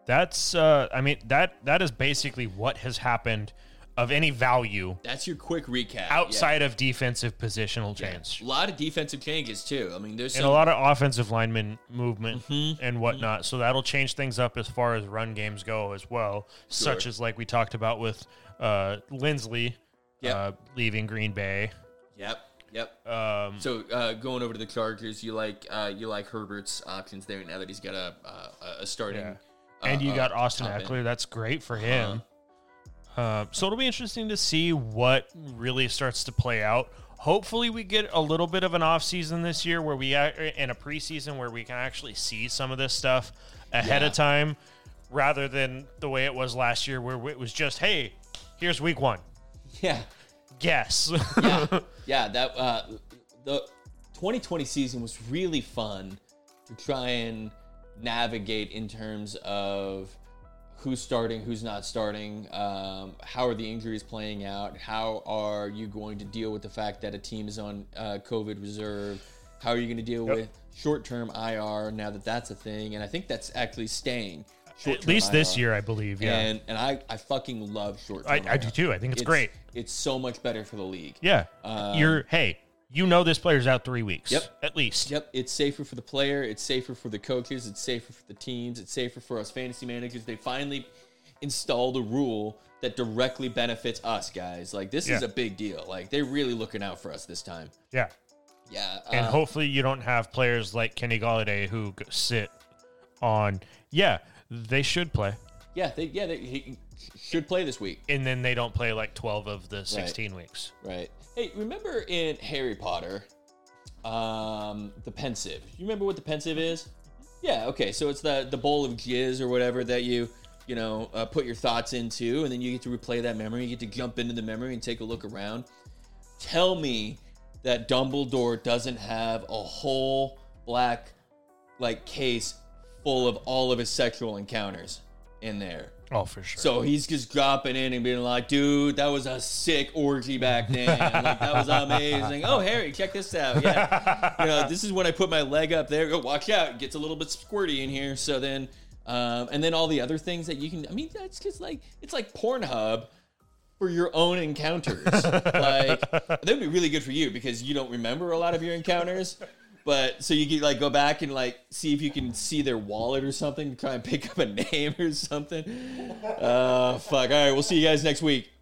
A: That's uh I mean that that is basically what has happened of any value
B: That's your quick recap.
A: outside of defensive positional
B: Yeah.
A: change.
B: A lot of defensive changes too. I mean, there's
A: And
B: some,
A: a lot of offensive lineman movement
B: Mm-hmm.
A: and whatnot. So that'll change things up as far as run games go as well, such
B: Sure.
A: as like we talked about with uh, Lindsley
B: Yep.
A: uh, leaving Green Bay.
B: Yep. Yep.
A: Um,
B: So uh, going over to the Chargers, you like uh, you like Herbert's options there now that he's got a uh, a starting.
A: Yeah.
B: uh,
A: and you
B: uh,
A: got Austin
B: top end.
A: Eckler. That's great
B: Uh-huh.
A: for him. Uh, so it'll be interesting to see what really starts to play out. Hopefully, we get a little bit of an off season this year where we ac- and a preseason where we can actually see some of this stuff ahead of
B: Yeah.
A: time, rather than the way it was last year where it was just, "Hey, here's week one.
B: Yeah.
A: Guess."
B: yeah, that uh, the 2020 season was really fun to try and navigate in terms of who's starting, who's not starting, um, how are the injuries playing out, how are you going to deal with the fact that a team is on uh, COVID reserve, How are you going to deal
A: Yep.
B: with short term IR now that that's a thing? And I think that's actually staying.
A: At
B: short-term
A: least this
B: IR.
A: year, I believe. Yeah.
B: And and I, I fucking love short term.
A: I, I do too. I think it's, great.
B: It's so much better for the league.
A: Yeah.
B: Um,
A: You're, hey, you know this player's out three weeks.
B: Yep.
A: At least.
B: Yep, it's safer for the player, it's safer for the coaches, it's safer for the teams, it's safer for us fantasy managers. They finally installed a rule that directly benefits us guys. Like this is
A: Yeah.
B: a big deal. Like they're really looking out for us this time.
A: Yeah.
B: Yeah.
A: And
B: uh,
A: hopefully you don't have players like Kenny Galladay who g- sit on, yeah, they should play.
B: yeah, they yeah, they he should play this week.
A: And then they don't play like 12 of the 16 weeks.
B: Right. Hey, remember in Harry Potter, um, the pensive. You remember what the pensive is? Yeah. Okay. So it's the the bowl of jizz or whatever that you you know uh, put your thoughts into, and then you get to replay that memory. You get to jump into the memory and take a look around. Tell me that Dumbledore doesn't have a whole black like case full of all of his sexual encounters in there.
A: Oh, for sure.
B: So he's just dropping in and being like, dude, that was a sick orgy back then. Like, that was amazing. Oh, Harry, check this out. Yeah. You know, this is when I put my leg up there. Oh, watch out. It gets a little bit squirty in here. So then, um, and then all the other things that you can, I mean, that's just like, it's like Pornhub for your own encounters. like, that'd be really good for you because you don't remember a lot of your encounters. But so you can like go back and like see if you can see their wallet or something, try and pick up a name or something. Uh, fuck. All right, we'll see you guys next week.